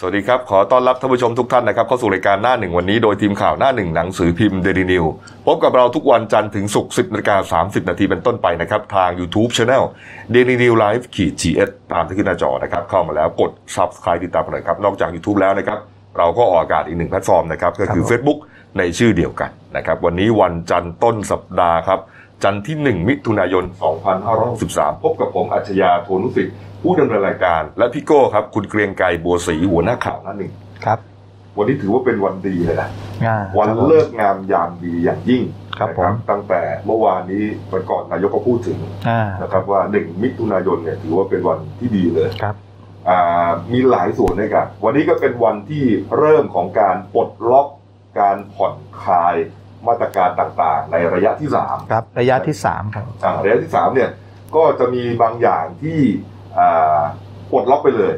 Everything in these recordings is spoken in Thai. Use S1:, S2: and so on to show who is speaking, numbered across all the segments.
S1: สวัสดีครับ ขอต้อนรับท่านผู้ชมทุกท่านนะครับเข้าสู่รายการหน้าหนึ่งวันนี้โดยทีมข่าวหน้าหนึ่งหนังสือพิมพ์เดลินิวพบกับเราทุกวันจันทร์ถึงศุกร์10นาฬิกา30 นาทีเป็นต้นไปนะครับ ทาง YouTube Channel d a i l y New Life ขีด GS ตามที่ขึ้นหน้าจอนะครับ เข้ามาแล้วกด Subscribe ติดตามกันหน่อยครับ นอกจาก YouTube แล้วนะครับ เราก็ออกอากาศอีกหนึ่งแพลตฟอร์มนะครับ ก็คือ
S2: ครับผม
S1: Facebook ในชื่อเดียวกันนะครับวันนี้วันจันทร์ต้นสัปดาห์ครับ จันทร์ที่ 1 มิถุนายน 2563 พบกับผมอัจฉริยะโทนุสิทธิ์ผู้ดำเนินรายการ และพี่โก้ครับ คุณเกรียงไกรบัวศรีหัวหน้าข่าวหนั่นหนึ่ง
S2: ครับ
S1: วันนี้ถือว่าเป็นวันดีเลยนะ
S2: อ่า
S1: วัน
S2: ครับผม
S1: เลิกงามยามดีอย่างยิ่ง
S2: ครับ
S1: นะ
S2: ผม
S1: ตั้งแต่เมื่อวานนี้วันก่อนนายกก็พูดถึง
S2: อ่า
S1: นะครับว่า 1 มิถุนายนเนี่ยถือว่าเป็นวันที่ดีเลย
S2: ครับ
S1: อ่ามีหลายส่วนด้วยกันวันนี้ก็เป็นวันที่เริ่มของการปลดล็อกการผ่อนคลายมาตรการต่างๆ ในระยะที่3าม
S2: ครับระยะที่สามครับ
S1: อ่าระยะที่3เนี่ยก็จะมีบางอย่างที่อ่าปลดล็อกไปเลย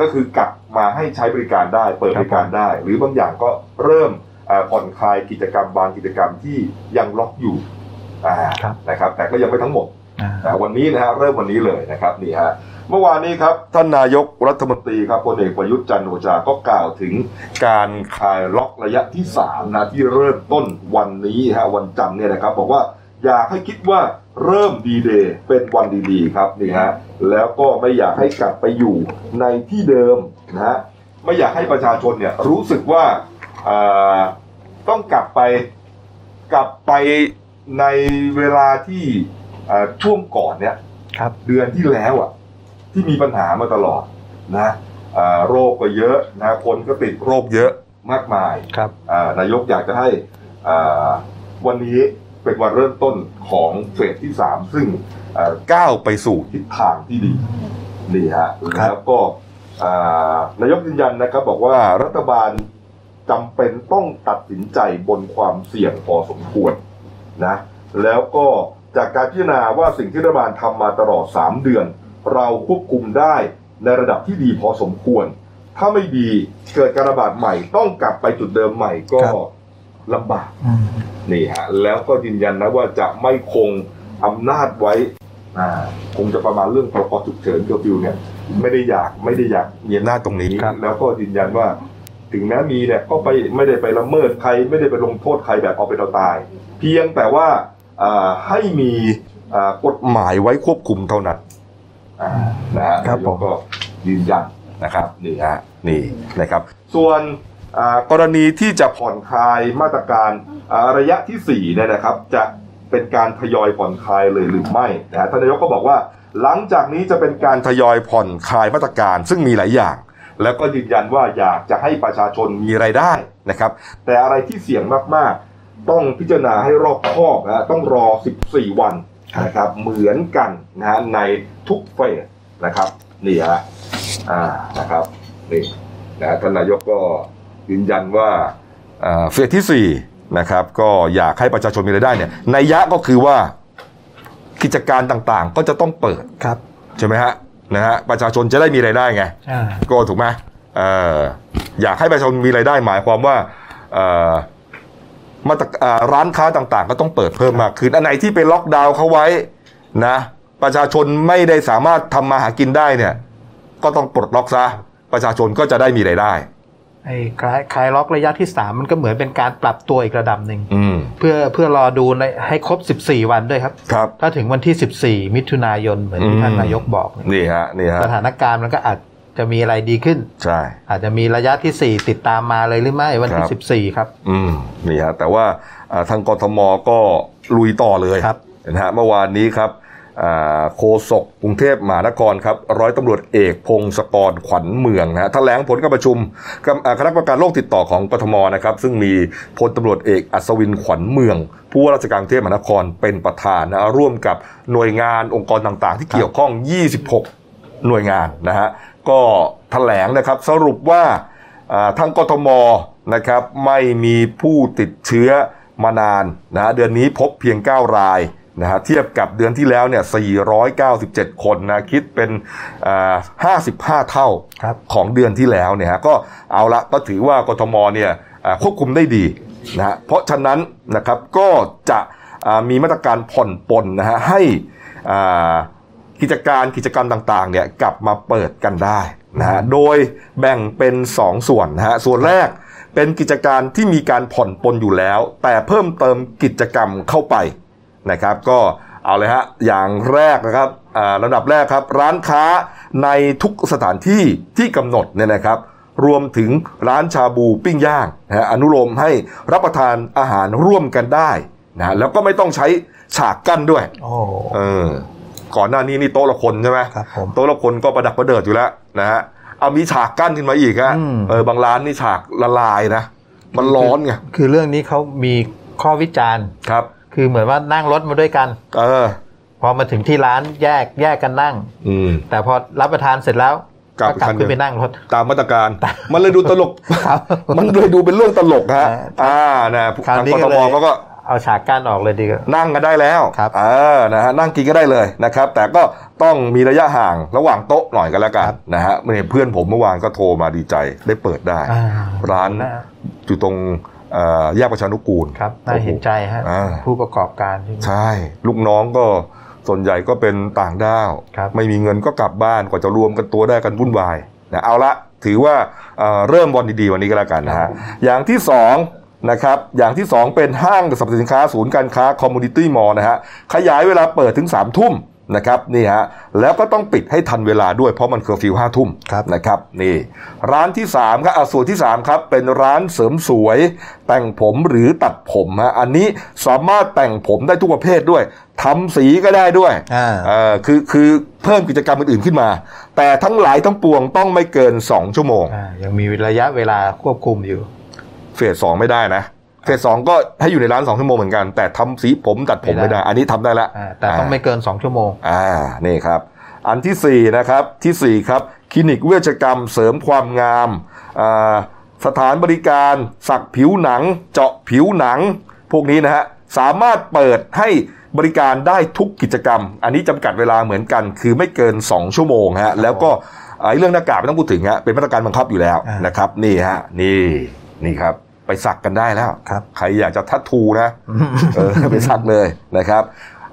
S1: ก็คือกลับมาให้ใช้บริการได้ เปิดบริการได้ หรือบางอย่างก็เริ่มอ่าผ่อนคลายกิจกรรมบางกิจกรรมที่ยังล็อกอยู่อ่า
S2: ครับ
S1: นะครับแต่ก็ยังไม่ทั้งหมด
S2: อ่า
S1: นะวันนี้นะฮะเริ่มวันนี้เลยนะครับนี่ฮะเมื่อวานนี้ครับท่านนายกรัฐมนตรีครับพลเอกประยุทธ์จันทร์โอชาก็กล่าวถึงการคลายล็อกระยะที่3นะที่เริ่มต้นวันนี้ฮะวันจันทร์เนี่ยนะครับบอกว่าอยากให้คิดว่าเริ่มดีเดย์เป็นวันดีๆครับนี่ฮะแล้วก็ไม่อยากให้กลับไปอยู่ในที่เดิมนะฮะไม่อยากให้ประชาชนเนี่ยรู้สึกว่าอ่าต้องกลับไปกลับไปในเวลาที่ เอ่อช่วงก่อนเนี่ย
S2: ครับ
S1: เดือนที่แล้วอ่ะที่มีปัญหามาตลอดนะเอ่อโรคก็เยอะนะคนก็ติดโรคเยอะมากมาย
S2: ครับ
S1: อ่านายกอยากจะให้อ่าวันนี้เป็นวันเริ่มต้นของเฟสที่ 3 ซึ่งเอ่อก้าวไปสู่ทิศทางที่ดีนี่ฮะ
S2: ครับ
S1: แล้วก็อ่านายกยืนยันนะครับบอกว่ารัฐบาลจำเป็นต้องตัดสินใจบนความเสี่ยงพอสมควร นะแล้วก็จากการพิจารณาว่าสิ่งที่รัฐบาลทำมาตลอด 3 เดือน เราควบคุมได้ในระดับที่ดีพอสมควร ถ้าไม่ดีเกิดการระบาดใหม่ต้องกลับไปจุดเดิมใหม่ก็
S2: ครับ
S1: ลำบาก
S2: อืม
S1: นี่ฮะแล้วก็ยืนยันนะว่าจะไม่คงอำนาจไว้อ่าคงจะประมาณเรื่องพรกฉุกเฉินเกอร์ฟิวเนี่ยไม่ได้อยากไม่ได้อยากมีอำนาจตรงนี้แล้วก็ยืนยันว่า ถึงแม้มีเนี่ยก็ไปไม่ได้ไปละเมิดใครไม่ได้ไปลงโทษใครแบบเอาเป็นเอาตาย เพียงแต่ว่าอ่าให้มีอ่ากฎหมายไว้ควบคุมเท่านั้นอ่านะฮะ
S2: ครับผม
S1: แล้วก็ยืนยันนะครับนี่ฮะนี่นะครับ ส่วนอ่ากรณีที่จะผ่อนคลายมาตรการอ่าระยะที่สี่เนี่ยนะครับ จะเป็นการทยอยผ่อนคลายเลยหรือไม่นะฮะท่านนายกก็บอกว่า หลังจากนี้จะเป็นการทยอยผ่อนคลายมาตรการซึ่งมีหลายอย่าง แล้วก็ยืนยันว่าอยากจะให้ประชาชนมีรายได้นะครับ แต่อะไรที่เสี่ยงมาก ๆ ต้องพิจารณาให้รอบคอบนะต้องรอ 14 วันนะครับเหมือนกันนะฮะในทุกเฟสนะครับนี่ฮะอ่านะครับนี่นะฮะท่านนายกก็ยืนยันว่าอ่าเฟสที่ 4 นะครับ ก็อยากให้ประชาชนมีรายได้เนี่ยในยยะก็คือว่ากิจการต่างๆ ก็จะต้องเปิด
S2: ครับ
S1: ใช่ไหมฮะนะฮะประชาชนจะได้มีรายได้ไง
S2: อ่า
S1: โกถูกไหมเอออยากให้ประชาชนมีรายได้หมายความว่าเอ่อมาตรเอ่อร้านค้าต่างๆ ก็ต้องเปิดเพิ่มมากขึ้นอันไหนที่ไปล็อกดาวน์เขาไว้นะ ประชาชนไม่ได้สามารถทำมาหากินได้เนี่ย ก็ต้องปลดล็อกซะประชาชนก็จะได้มีรายได้
S2: ไอ้คลายคลายล็อกระยะที่สามมันก็เหมือนเป็นการปรับตัวอีกระดับหนึ่ง
S1: อืม
S2: เพื่อเพื่อรอดูในให้ครบ 14 วันด้วยครับ
S1: ครับ
S2: ถ้าถึงวันที่ 14 มิถุนายนเหมือนที่
S1: อืม
S2: ท่านนายกบอกเนี่ย
S1: นี่ฮะนี่ฮะ
S2: สถานการณ์มันก็อาจจะมีอะไรดีขึ้น
S1: ใช่
S2: อาจจะมีระยะที่ 4 ติดตามมาเลยหรือไม่วัน
S1: ค
S2: ที่
S1: รับ
S2: สิบสี่ครับ
S1: อืมนี่ฮะแต่ว่าอ่าทางกทมก็ลุยต่อเลย
S2: ครับ
S1: นะฮะเมื่อวานนี้ครับอ่าโคศกกรุงเทพมหานครครับร้อยตำรวจเอกพงศกรขวัญเมืองนะฮะแถลงผลการประชุมกับอ่าคณะกรรมการโรคติดต่อของกทมนะครับซึ่งมีพลตำรวจเอกอัศวินขวัญเมือง ผู้ว่าราชการกรุงเทพมหานครเป็นประธานนะฮะร่วมกับหน่วยงานองค์กรต่างๆ ที่
S2: ครับ
S1: เกี่ยวข้อง 26 หน่วยงานนะฮะก็แถลงนะครับสรุปว่า อ่าทางกทมนะครับไม่มีผู้ติดเชื้อมานานนะฮะเดือนนี้พบเพียง 9 รายนะฮะเทียบกับเดือนที่แล้วเนี่ย 497 คนนะคิดเป็นอ่า55 เท่า
S2: ครับ
S1: ของเดือนที่แล้วเนี่ยฮะก็เอาละก็ถือว่ากทมเนี่ยอ่าควบคุมได้ดีนะฮะเพราะฉะนั้นนะครับก็จะอ่ามีมาตรการผ่อนปลนนะฮะให้อ่ากิจการกิจกรรมต่างๆเนี่ยกลับมาเปิดกันได้ นะฮะโดยแบ่งเป็น 2 ส่วนนะฮะส่วนแรกเป็นกิจการที่มีการผ่อนปลนอยู่แล้ว แต่เพิ่มเติมกิจกรรมเข้าไปนะครับ ก็เอาเลยฮะอย่างแรกนะครับอ่าระดับแรกครับ ร้านค้าในทุกสถานที่ที่กำหนดเนี่ยนะครับ รวมถึงร้านชาบูปิ้งย่างนะฮะอนุโลมให้รับประทานอาหารร่วมกันได้นะฮะแล้วก็ไม่ต้องใช้ฉากกั้นด้วย
S2: โอ้
S1: เออก่อนหน้านี้นี่โต๊ะละคนใช่ไหม
S2: ครับผม
S1: โต๊ะละคนก็ประดับประเดิดอยู่แล้วนะฮะ เอามีฉากกั้นขึ้นมาอีกฮะ
S2: อืม
S1: เออบางร้านนี่ฉากละลายนะ มันร้อนไง
S2: คือเรื่องนี้เขามีข้อวิจารณ์
S1: ครับ
S2: คือเหมือนว่านั่งรถมาด้วยกัน
S1: เออ
S2: พอมาถึงที่ร้านแยกแยกกันนั่ง
S1: อืม
S2: แต่พอรับประทานเสร็จแล้ว
S1: กลับ
S2: ก็กลับ
S1: คันเดิ
S2: ขึ้
S1: ม
S2: นไปนั่งร ถ
S1: ตามมาตรการ มันเลยดูตล ก
S2: ครับ
S1: มันเลยดูเป็นเรื่องตลกฮะ อ่า นะ
S2: คราว
S1: ทาง
S2: นี้
S1: ก
S2: ก็
S1: ท
S2: เลย
S1: มเขาก็
S2: เอาฉากกั้นออกเลยดีกว่า
S1: นั่งกันได้แล้ว
S2: ครับ
S1: เออนะฮะ นั่งกินก็ได้เลยนะครับ แต่ก็ต้องมีระยะห่างระหว่างโต๊ะหน่อยกันแล้วกันนะฮะเนี่ยเพื่อนผมเมื่อวานก็โทรมาดีใจ ได้เปิดได้
S2: อ่า
S1: ร้าน
S2: น่า
S1: อยู่ตรงเอ่อแยกประชานุกูล
S2: ครับน่าเห็นใจฮะ
S1: อ่า
S2: ผู้ประกอบการที่
S1: ใช่ ลูกน้องก็ส่วนใหญ่ก็เป็นต่างด้าว
S2: ครับ
S1: ไม่มีเงินก็กลับบ้านกว่าจะรวมกันตัวได้กันวุ่นวายนะเอาละถือว่าเอ่อเริ่มวันดีๆวันนี้ก็แล้วกันนะฮะอย่างที่สองนะครับอย่างที่สองเป็นห้างสรรพสินค้าศูนย์การค้าคอมมูนิตี้มอลนะฮะขยายเวลาเปิดถึง3ามทุ่มนะครับนี่ฮะแล้วก็ต้องปิดให้ทันเวลาด้วยเพราะมันเคอร์ฟิวห้าทุ่ม
S2: ครับ
S1: นะครับนี่ร้านที่3ครับอ่ะส่วนที่3ครับเป็นร้านเสริมสวย แต่งผมหรือตัดผมฮะอันนี้สามารถแต่งผมได้ทุกประเภทด้วยทำสีก็ได้ด้วย
S2: อ่า
S1: เออคือคือเพิ่มกิจกรรมอื่นๆขึ้นมา แต่ทั้งหลายทั้งปวงต้องไม่เกิน 2 ชั่วโมง
S2: อ่ายังมีระยะเวลาควบคุมอยู่
S1: เฟสสองไม่ได้นะ เฟสสองก็ให้อยู่ในร้าน 2 ชั่วโมงเหมือนกัน แต่ทำสีผมตัดผม
S2: ไม่
S1: ไม่
S2: ได้
S1: ได้ อันนี้ทำได้ละ
S2: อ่าแต่ต้องไม่เกิน 2 ชั่วโมง
S1: อ่า นี่ครับ อันที่ 4 นะครับ ทีสี่ 4 ครับ คลินิกเวชกรรมเสริมความงามอ่าสถานบริการสักผิวหนัง เจาะผิวหนัง พวกนี้นะฮะ สามารถเปิดให้บริการได้ทุกกิจกรรม อันนี้จำกัดเวลาเหมือนกัน คือไม่เกิน 2 ชั่วโมงฮะ แล้วก็ไอ้เรื่องหน้ากากไม่ต้องพูดถึงฮะ เป็นมาตรการบังคับอยู่แล้ว
S2: อ่าน
S1: นะครับ นี่ฮะ นี่ นี่ครับ ไปสักกันได้แล้ว
S2: ครับ
S1: ใครอยากจะทัดทูนะ เออ ไปสักเลยนะครับ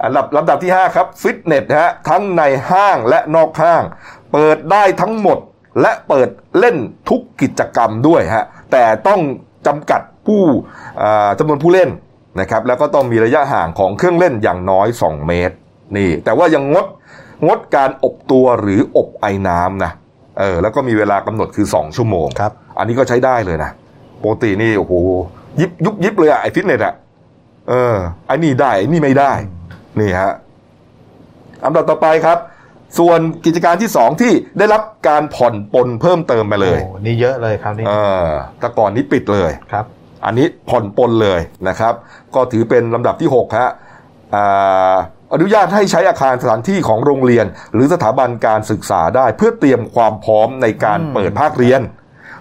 S1: อันดับลำดับที่ 5 ครับฟิตเนสฮะทั้งในห้างและนอกห้าง เปิดได้ทั้งหมดและเปิดเล่นทุกกิจกรรมด้วยฮะแต่ต้องจำกัดผู้อ่าจำนวนผู้เล่นนะครับแล้วก็ต้องมีระยะห่างของเครื่องเล่นอย่างน้อย 2 เมตรนี่แต่ว่ายังงดงดการอบตัวหรืออบไอน้ำนะเออแล้วก็มีเวลากำหนดคือ 2 ชั่วโมง
S2: ครับ
S1: อันนี้ก็ใช้ได้เลยนะปกตินี่โอ้โหยิบยุบยิบเลยอะไอฟิตเนสอะเออไอนี่ได้ไอนี่ไม่ได้ นี่ฮะอันดับต่อไปครับ ส่วนกิจการที่สองที่ได้รับการผ่อนปลนเพิ่มเติมไปเลย
S2: โอ้นี่เยอะเลยครับนี่
S1: เออแต่ก่อนนี้ปิดเลย
S2: ครับ
S1: อันนี้ผ่อนปลนเลยนะครับ ก็ถือเป็นลำดับที่6ฮะอ่าอนุญาตให้ใช้อาคารสถานที่ของโรงเรียน หรือสถาบันการศึกษาได้เพื่อเตรียมความพร้อมในการ
S2: อืม
S1: เปิดภาคเรียน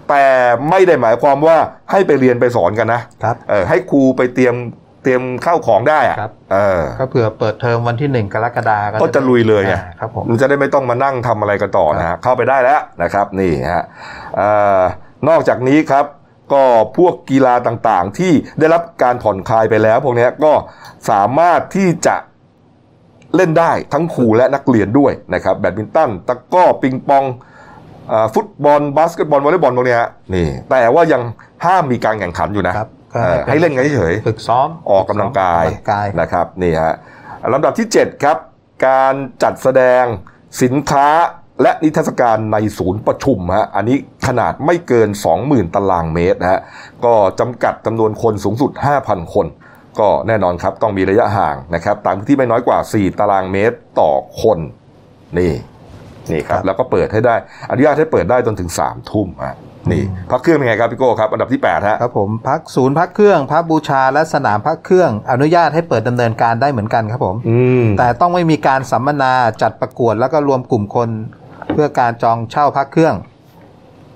S1: แต่ไม่ได้หมายความว่าให้ไปเรียนไปสอนกันนะครับ เออให้ครูไปเตรียมเตรียมข้าวของได้อะ
S2: ครับ
S1: เออ
S2: ก็เผื่อเปิดเทอมวันที่หนึ่งกรกฎาคม
S1: ก็จะลุยเลยไง
S2: อ่าครับผม
S1: มันจะได้ไม่ต้องมานั่งทำอะไรกันต่อนะฮะเข้าไปได้แล้วนะครับนี่ฮะเอ่อนอกจากนี้ครับ ก็พวกกีฬาต่างๆ ที่ได้รับการผ่อนคลายไปแล้ว พวกเนี้ยก็สามารถที่จะเล่นได้ทั้งครูและนักเรียนด้วยนะครับแบดมินตันตะกร้อปิงปองเอ่อฟุตบอลบาสเกตบอลวอลเลย์บอลพวกเนี้ยฮะนี่แต่ว่ายังห้ามมีการแข่งขันอยู่นะครับ
S2: ก็
S1: เอ่อ
S2: ให้เป็น
S1: ให้เล่นกันเฉยๆ
S2: ฝึกซ้อม
S1: ออกกำลังกาย
S2: ออกกำลังกาย
S1: นะครับนี่ฮะลำดับที่ 7 ครับ การจัดแสดงสินค้าและนิทรรศการในศูนย์ประชุมฮะอันนี้ขนาดไม่เกิน 20,000 ตารางเมตรนะฮะก็จำกัดจำนวนคนสูงสุด 5,000 คน ก็แน่นอนครับต้องมีระยะห่างนะครับตามพื้นที่ไม่น้อยกว่า 4 ตารางเมตรต่อคนนี่นี่ครั
S2: ครับ บ
S1: แล้วก็เปิดให้ได้อนุญาตให้เปิดได้จนถึง3ทุ่มฮะนี่พักเครื่องเป็นไงครับพี่โก้ครับอันดับที่8ฮะ
S2: ครับผมพักศูนย์พักเครื่องพระบูชาและสนามพักเครื่อง อนุญาตให้เปิดดำเนินการได้เหมือนกันครับผม
S1: อืม
S2: แต่ต้องไม่มีการสัมมนาจัดประกวดแล้วก็รวมกลุ่มคน เพื่อการจองเช่าพักเครื่อง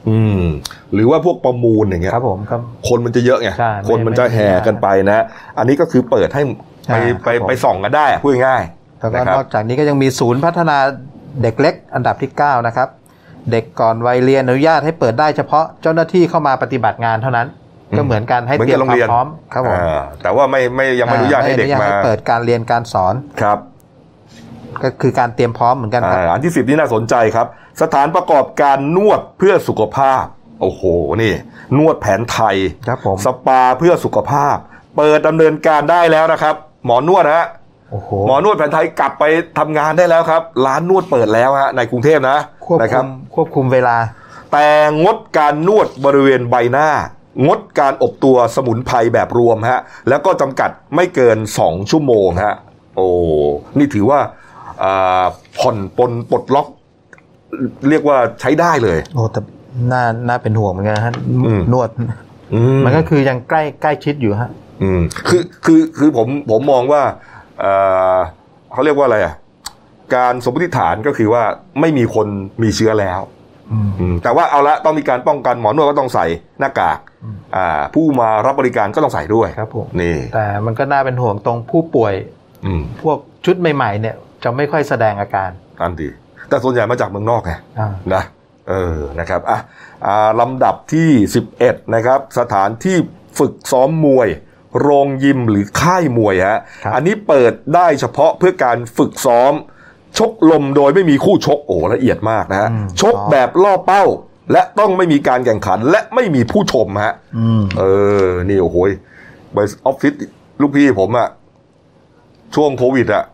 S1: อืมหรือว่าพวกประมูลอย่างเงี้ย
S2: ครับผมครับ
S1: คนมันจะเยอะไง
S2: ใช่ไม่
S1: คนมันจะแห่กันไปนะ อันนี้ก็คือเปิดให้ไป
S2: อ่า
S1: ไป
S2: ครับผม
S1: ไปส่องกันได้อะพูดง่าย
S2: แล้
S1: นะ
S2: วก็
S1: ครับ
S2: นอกจากนี้ก็ยังมีศูนย์พัฒนาเด็กเล็กอันดับที่ 9 นะครับ เด็กก่อนวัยเรียนอนุญาตให้เปิดได้เฉพาะเจ้าหน้าที่เข้ามาปฏิบัติงานเท่านั้น ก็เหมือนกันให้เตรียมความพร้อมครับผม
S1: อ่าแต่ว่าไม่ไม่ยังไม่อนุญาตให้เด็ก
S2: ไอนุญ
S1: มา
S2: เปิดการเรียนการสอน
S1: ครับ
S2: ก็คือการเตรียมพร้อมเหมือนกันครับ
S1: อ่าอันที่สิบนี่น่าสนใจครับ สถานประกอบการนวดเพื่อสุขภาพ โอ้โหนี่ นวดแผนไทย
S2: ครับผม
S1: สปาเพื่อสุขภาพ เปิดดำเนินการได้แล้วนะครับ หมอนวดฮะ
S2: โอ้โห
S1: หมอนวดแผนไทยกลับไปทำงานได้แล้วครับ ร้านนวดเปิดแล้วฮะในกรุงเทพนะ
S2: ควบ
S1: นะค
S2: คุ
S1: รับ
S2: มควบคุมเวลา
S1: แต่งดการนวดบริเวณใบหน้า งดการอบตัวสมุนไพรแบบรวมฮะ แล้วก็จำกัดไม่เกิน 2 ชั่วโมงฮะ โอ้ นี่ถือว่าอ่าผ่อนปลนปลดล็อก เรียกว่าใช้ได้เลย
S2: โอ้แต่น่าน่าเป็นห่วงเหมือนกันฮะ
S1: อืม
S2: นวด
S1: อื
S2: มันก็คือยังใกล้ใกล้ชิดอยู่ฮะ
S1: อืมคือคือคือผมผมมองว่าอ่าเขาเรียกว่าอะไรอ่ะ การสมมติฐานก็คือว่าไม่มีคนมีเชื้อแล้ว
S2: อืม
S1: อืมแต่ว่าเอาละต้องมีการป้องกันหมอนวดก็ต้องใส่หน้ากาก
S2: อืม
S1: อ่าผู้มารับบริการก็ต้องใส่ด้วย
S2: ครับผม
S1: นี่
S2: แต่มันก็น่าเป็นห่วงตรงผู้ป่วย
S1: อืม
S2: พวกชุดใหม่ๆเนี่ยจะไม่ค่อยแสดงอาการ
S1: นั่นดีแต่ส่วนใหญ่มาจากเมืองนอกไง
S2: อ่า
S1: นะเออนะครับอ่ะอ่าลำดับที่ 11 นะครับ สถานที่ฝึกซ้อมมวย โรงยิมหรือค่ายมวยฮะอันนี้เปิดได้เฉพาะเพื่อการฝึกซ้อม ชกลมโดยไม่มีคู่ชกโอ้ละเอียดมากนะฮะชกแบบล่อเป้า และต้องไม่มีการแข่งขันและไม่มีผู้ชมฮะ
S2: อืม
S1: เออ นี่โอ้โหยบริษัทออฟฟิศลูกพี่ผมอะช่วงโควิดอะ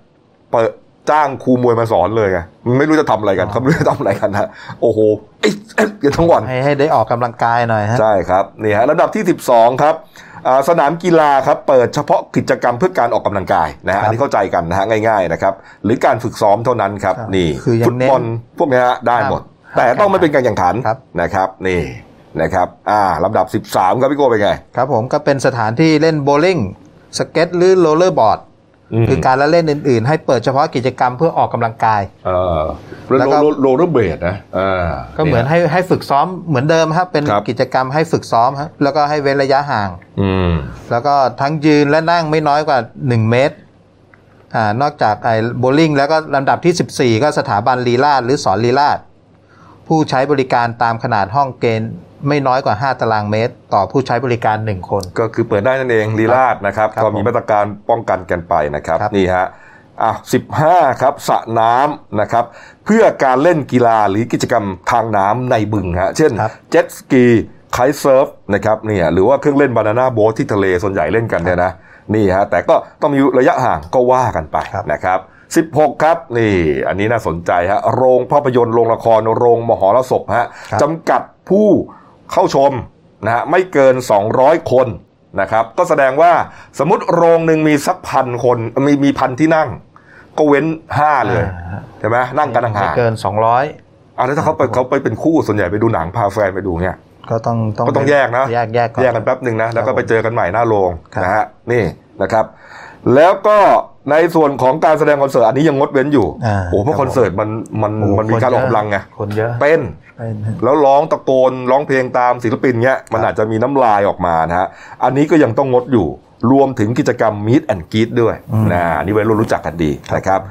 S1: เปิดจ้างครูมวยมาสอนเลยไงไม่รู้จะทำอะไรกัน
S2: อ๋อ
S1: เขาไม่รู้จะทำอะไรกันนะโอ้โหเอ๊ะเอ๊ะกันทั้งวัน
S2: ให้ให้ได้ออกกำลังกายหน่อยฮะ
S1: ใช่ครับนี่ฮะลำดับที่ 12 ครับอ่าสนามกีฬาครับ เปิดเฉพาะกิจกรรมเพื่อการออกกำลังกายนะฮะ
S2: ครับ
S1: อันนี้เข้าใจกันนะฮะง่ายๆนะครับ หรือการฝึกซ้อมเท่านั้นครับ
S2: ครับ
S1: นี่
S2: คือยัง
S1: ฟุตบอลพวกเนี้ยฮะได้หมด
S2: ครับ
S1: แต่ต้องไม่เป็นการแข่งขัน
S2: ครับ
S1: นะครับ นี่นะครับ อ่าลำดับ 13 ครับพี่โก้เป็นไง
S2: ครับผมก็เป็นสถานที่เล่นโบว์ลิ่งสเก็ตหรือโรลเลอร์บอร์ด
S1: ม
S2: คือการละเล่นอื่นๆ ให้เปิดเฉพาะกิจกรรมเพื่อออกกำลังกาย
S1: เออแล้ว
S2: แล้วก็
S1: โรโรโรเบรดนะอ่า
S2: ก็เหมือนให้ให้ฝึกซ้อมเหมือนเดิมครับเป็น
S1: ครับ
S2: กิจกรรมให้ฝึกซ้อมครับแล้วก็ให้เว้นระยะห่าง
S1: อืม
S2: แล้วก็ทั้งยืนและนั่งไม่น้อยกว่า 1 เมตรอ่านอกจากไอ้โบลิ่งแล้วก็ลำดับที่ 14 ก็สถาบันลีลาดหรือสอนลีลาดผู้ใช้บริการตามขนาดห้องเกณฑ์ ไม่น้อยกว่า 5 ตารางเมตร ต่อผู้ใช้บริการ 1 คน
S1: ก็คือเปิดได้นั่นเองลีลาดนะครับ
S2: ครับ
S1: ก็มีมาตรการป้องกันกันไปนะครับ
S2: ครับ
S1: นี่ฮะอ่ะสิบห้าครับสระน้ำนะครับ เพื่อการเล่นกีฬาหรือกิจกรรมทางน้ำในบึงฮะเช่น
S2: ครับ
S1: เจ็ตสกีไคเซิร์ฟนะครับเนี่ยหรือว่าเครื่องเล่นบานาน่าโบ๊ทที่ทะเลส่วนใหญ่เล่นกันเนี่ยนะนี่ฮะแต่ก็ต้องมีระยะห่างก็ว่ากันไป
S2: ครับ
S1: นะครับ 16 ครับนี่ อันนี้น่าสนใจฮะโรงภาพยนตร์โรงละครโรงมหรสพฮะ
S2: ครับ
S1: จำกัดผู้เข้าชมนะฮะไม่เกิน 200 คนนะครับก็แสดงว่าสมมติโรงหนึ่งมีสักพันคนมีมีพันที่นั่ง ก็เว้น 5 เลย
S2: อ่า
S1: ใช่ไหมนั่งกันห่า
S2: ไม่
S1: ง
S2: เกิน
S1: ๆอ่ะแล้วถ้าเขาไปเขาไปเป็นคู่ส่วนใหญ่ไปดูหนังพาแฟนไปดูเนี่ย
S2: 200 ก็ต้องต้อง
S1: ก็ต้องแยกนะ
S2: แยกแยกก่อน
S1: แยกกันแป๊บหนึ่งนะ แล้ว
S2: ครั
S1: ก็
S2: บผม
S1: ไปเจอกันใหม่หน้าโรง
S2: ครับ
S1: นะฮะนี่นะครับ แล้วก็ในส่วนของการแสดงคอนเสิร์ตอันนี้ยังงดเว้นอยู่
S2: อ่า
S1: โอ้เพราะคอนเสิร์ตมันมัน
S2: โอ้โห
S1: มันมีการออกกำลังไง
S2: คนเยอะ
S1: เต้น
S2: เป็นฮะ
S1: แล้วร้องตะโกนร้องเพลงตามศิลปินเงี้ยมัน
S2: ครับ
S1: อาจจะมีน้ำลายออกมานะฮะอันนี้ก็ยังต้องงดอยู่ รวมถึงกิจกรรม Meet and Greet ด้วยนะอันนี่ไว้รุ่นรู้จักกันดีนะครับ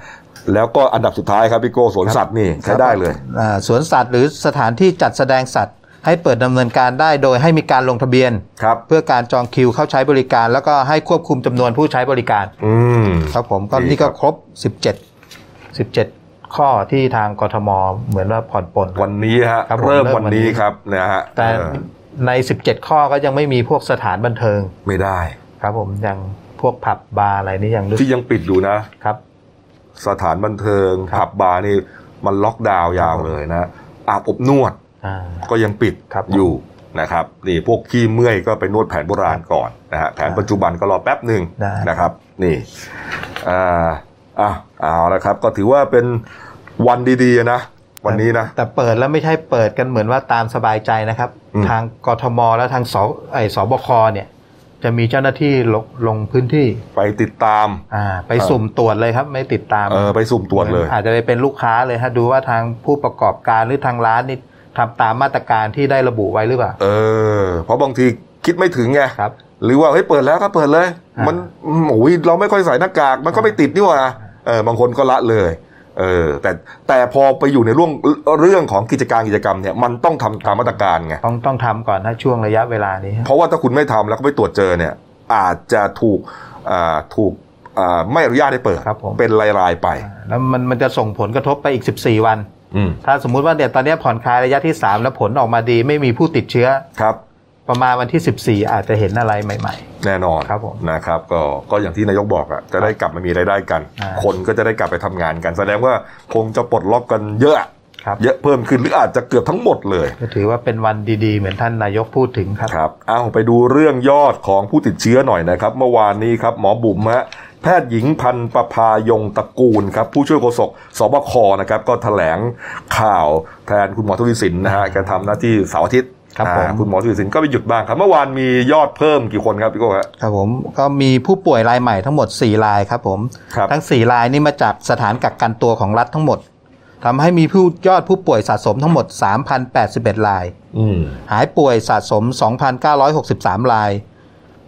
S1: แล้วก็อันดับสุดท้ายครับพี่โกสวนสัตว์นี่ใช้ได้เลย
S2: อ่าสวนสัตว์หรือสถานที่จัดแสดงสัตว์ ให้เปิดดำเนินการได้โดยให้มีการลงทะเบียน
S1: ครับ
S2: เพื่อการจองคิวเข้าใช้บริการ แล้วก็ให้ควบคุมจำนวนผู้ใช้บริการ
S1: อืม
S2: ครับผมก็
S1: ดี
S2: นี่ก็
S1: ครับ
S2: ครบ 17 17 ข้อที่ทางกทมเหมือนว่าผ่อนปลน
S1: วันนี้ฮะ
S2: ครับผม
S1: เริ่ม
S2: เริ่มวั
S1: วัน
S2: น
S1: นี้
S2: นี้
S1: ครับนะฮะ
S2: แต่
S1: เออ
S2: ใน 17 ข้อก็ยังไม่มีพวกสถานบันเทิง
S1: ไม่ได้
S2: ครับผมยังพวกผับบาร์อะไรนี่ยังรู้
S1: ที่ยังปิดอยู่นะ
S2: ครับ
S1: สถานบันเทิง
S2: ครับ
S1: ผับบาร์นี่มันล็อกดาวน์ยาวเลยนะอาบอบนวด
S2: อ่า
S1: ก็ยังปิด
S2: ครับ
S1: อยู่นะครับนี่พวกขี้เมื่อยก็ไปนวดแผนโบราณก่อนนะฮะแผนปัจจุบันก็รอแป๊บหนึ่ง
S2: ได้
S1: นะครับ นี่อ่าอ่ะเอาละครับ ก็ถือว่าเป็นวันดีๆนะ วันนี้นะ
S2: แต่เปิดแล้วไม่ใช่เปิดกันเหมือนว่าตามสบายใจนะครับ
S1: อืม
S2: ทางกทมและทางสไอสบคเนี่ย จะมีเจ้าหน้าที่ลงลงพื้นที่
S1: ไปติดตาม
S2: อ่า ไป
S1: เออ
S2: สุ่มตรวจเลยครับ ไม่ติดตาม
S1: เออไปสุ่มตรวจเลย
S2: อาจจะไปเป็นลูกค้าเลยฮะดูว่าทางผู้ประกอบการหรือทางร้านนี่ทำตามมาตรการที่ได้ระบุไว้หรือเปล่า
S1: เออ เพราะบางทีคิดไม่ถึงไง
S2: ครับ
S1: หรือว่าเฮ้ยเปิดแล้วก็เปิดเลย
S2: อ่า
S1: มั
S2: มั
S1: นโอ้ยเราไม่ค่อยใส่หน้ากาก มันก็ไม่ติดนี่หว่าเออบางคนก็ละเลยเออแต่แต่พอไปอยู่ในเรื่องเรื่องของกิจการกิจกรรมเนี่ยมันต้องทำตามมาตรการไง
S2: ต้องต้องทำก่อนถ้าช่วงระยะเวลานี้ฮะ
S1: เพราะว่าถ้าคุณไม่ทำแล้วก็ไม่ตรวจเจอเนี่ย อาจจะถูกอ่าถูก อ่าไม่อนุญาตให้เปิด
S2: ครับผม
S1: เป็นรายๆไป
S2: แล้วมันมันจะส่งผลกระทบไปอีก 14 วัน
S1: อืม
S2: ถ้าสมมุติว่าเนี่ยตอนเนี้ยผ่อนคลายระยะที่ 3 แล้วผลออกมาดีไม่มีผู้ติดเชื้อ
S1: ครับ
S2: ประมาณวันที่ 14 อาจจะเห็นอะไรใหม่
S1: แน่นอน
S2: ครับผม
S1: นะครับ ก็ก็อย่างที่นายกบอกอะจะได้กลับมามีรายได้กัน
S2: อ่า
S1: คนก็จะได้กลับไปทำงานกัน แสดงว่าคงจะปลดล็อกกันเยอะอะ
S2: ๆ ครับ
S1: เยอะเพิ่มขึ้นหรืออาจจะเกือบทั้งหมดเลย
S2: ก็ถือว่าเป็นวันดีๆ เหมือนท่านนายกพูดถึงครับ
S1: ครับเอาไปดูเรื่องยอดของผู้ติดเชื้อหน่อยนะครับ เมื่อวานนี้ครับหมอบุ๋มฮะแพทย์หญิงพันประภายงตระกูลครับผู้ช่วยโฆษกสบคนะครับก็แถลงข่าวแทนคุณหมอทวีสินนะฮะแกทำหน้าที่เสาร์อาทิตย์
S2: ครับผม
S1: อ่าคุณหมอทวีสินก็ไปหยุดบ้างครับ เมื่อวานมียอดเพิ่มกี่คนครับพี่โก้ฮะ
S2: ครับผมก็มีผู้ป่วยรายใหม่ทั้งหมด 4 รายครับผม
S1: ครับ
S2: ทั้ง 4 รายนี่มาจากสถานกักกันตัวของรัฐทั้งหมดทำให้มีผู้ยอดผู้ป่วยสะสมทั้งหมด 3,081 ราย
S1: อืม
S2: หายป่วยสะสม 2,963 ราย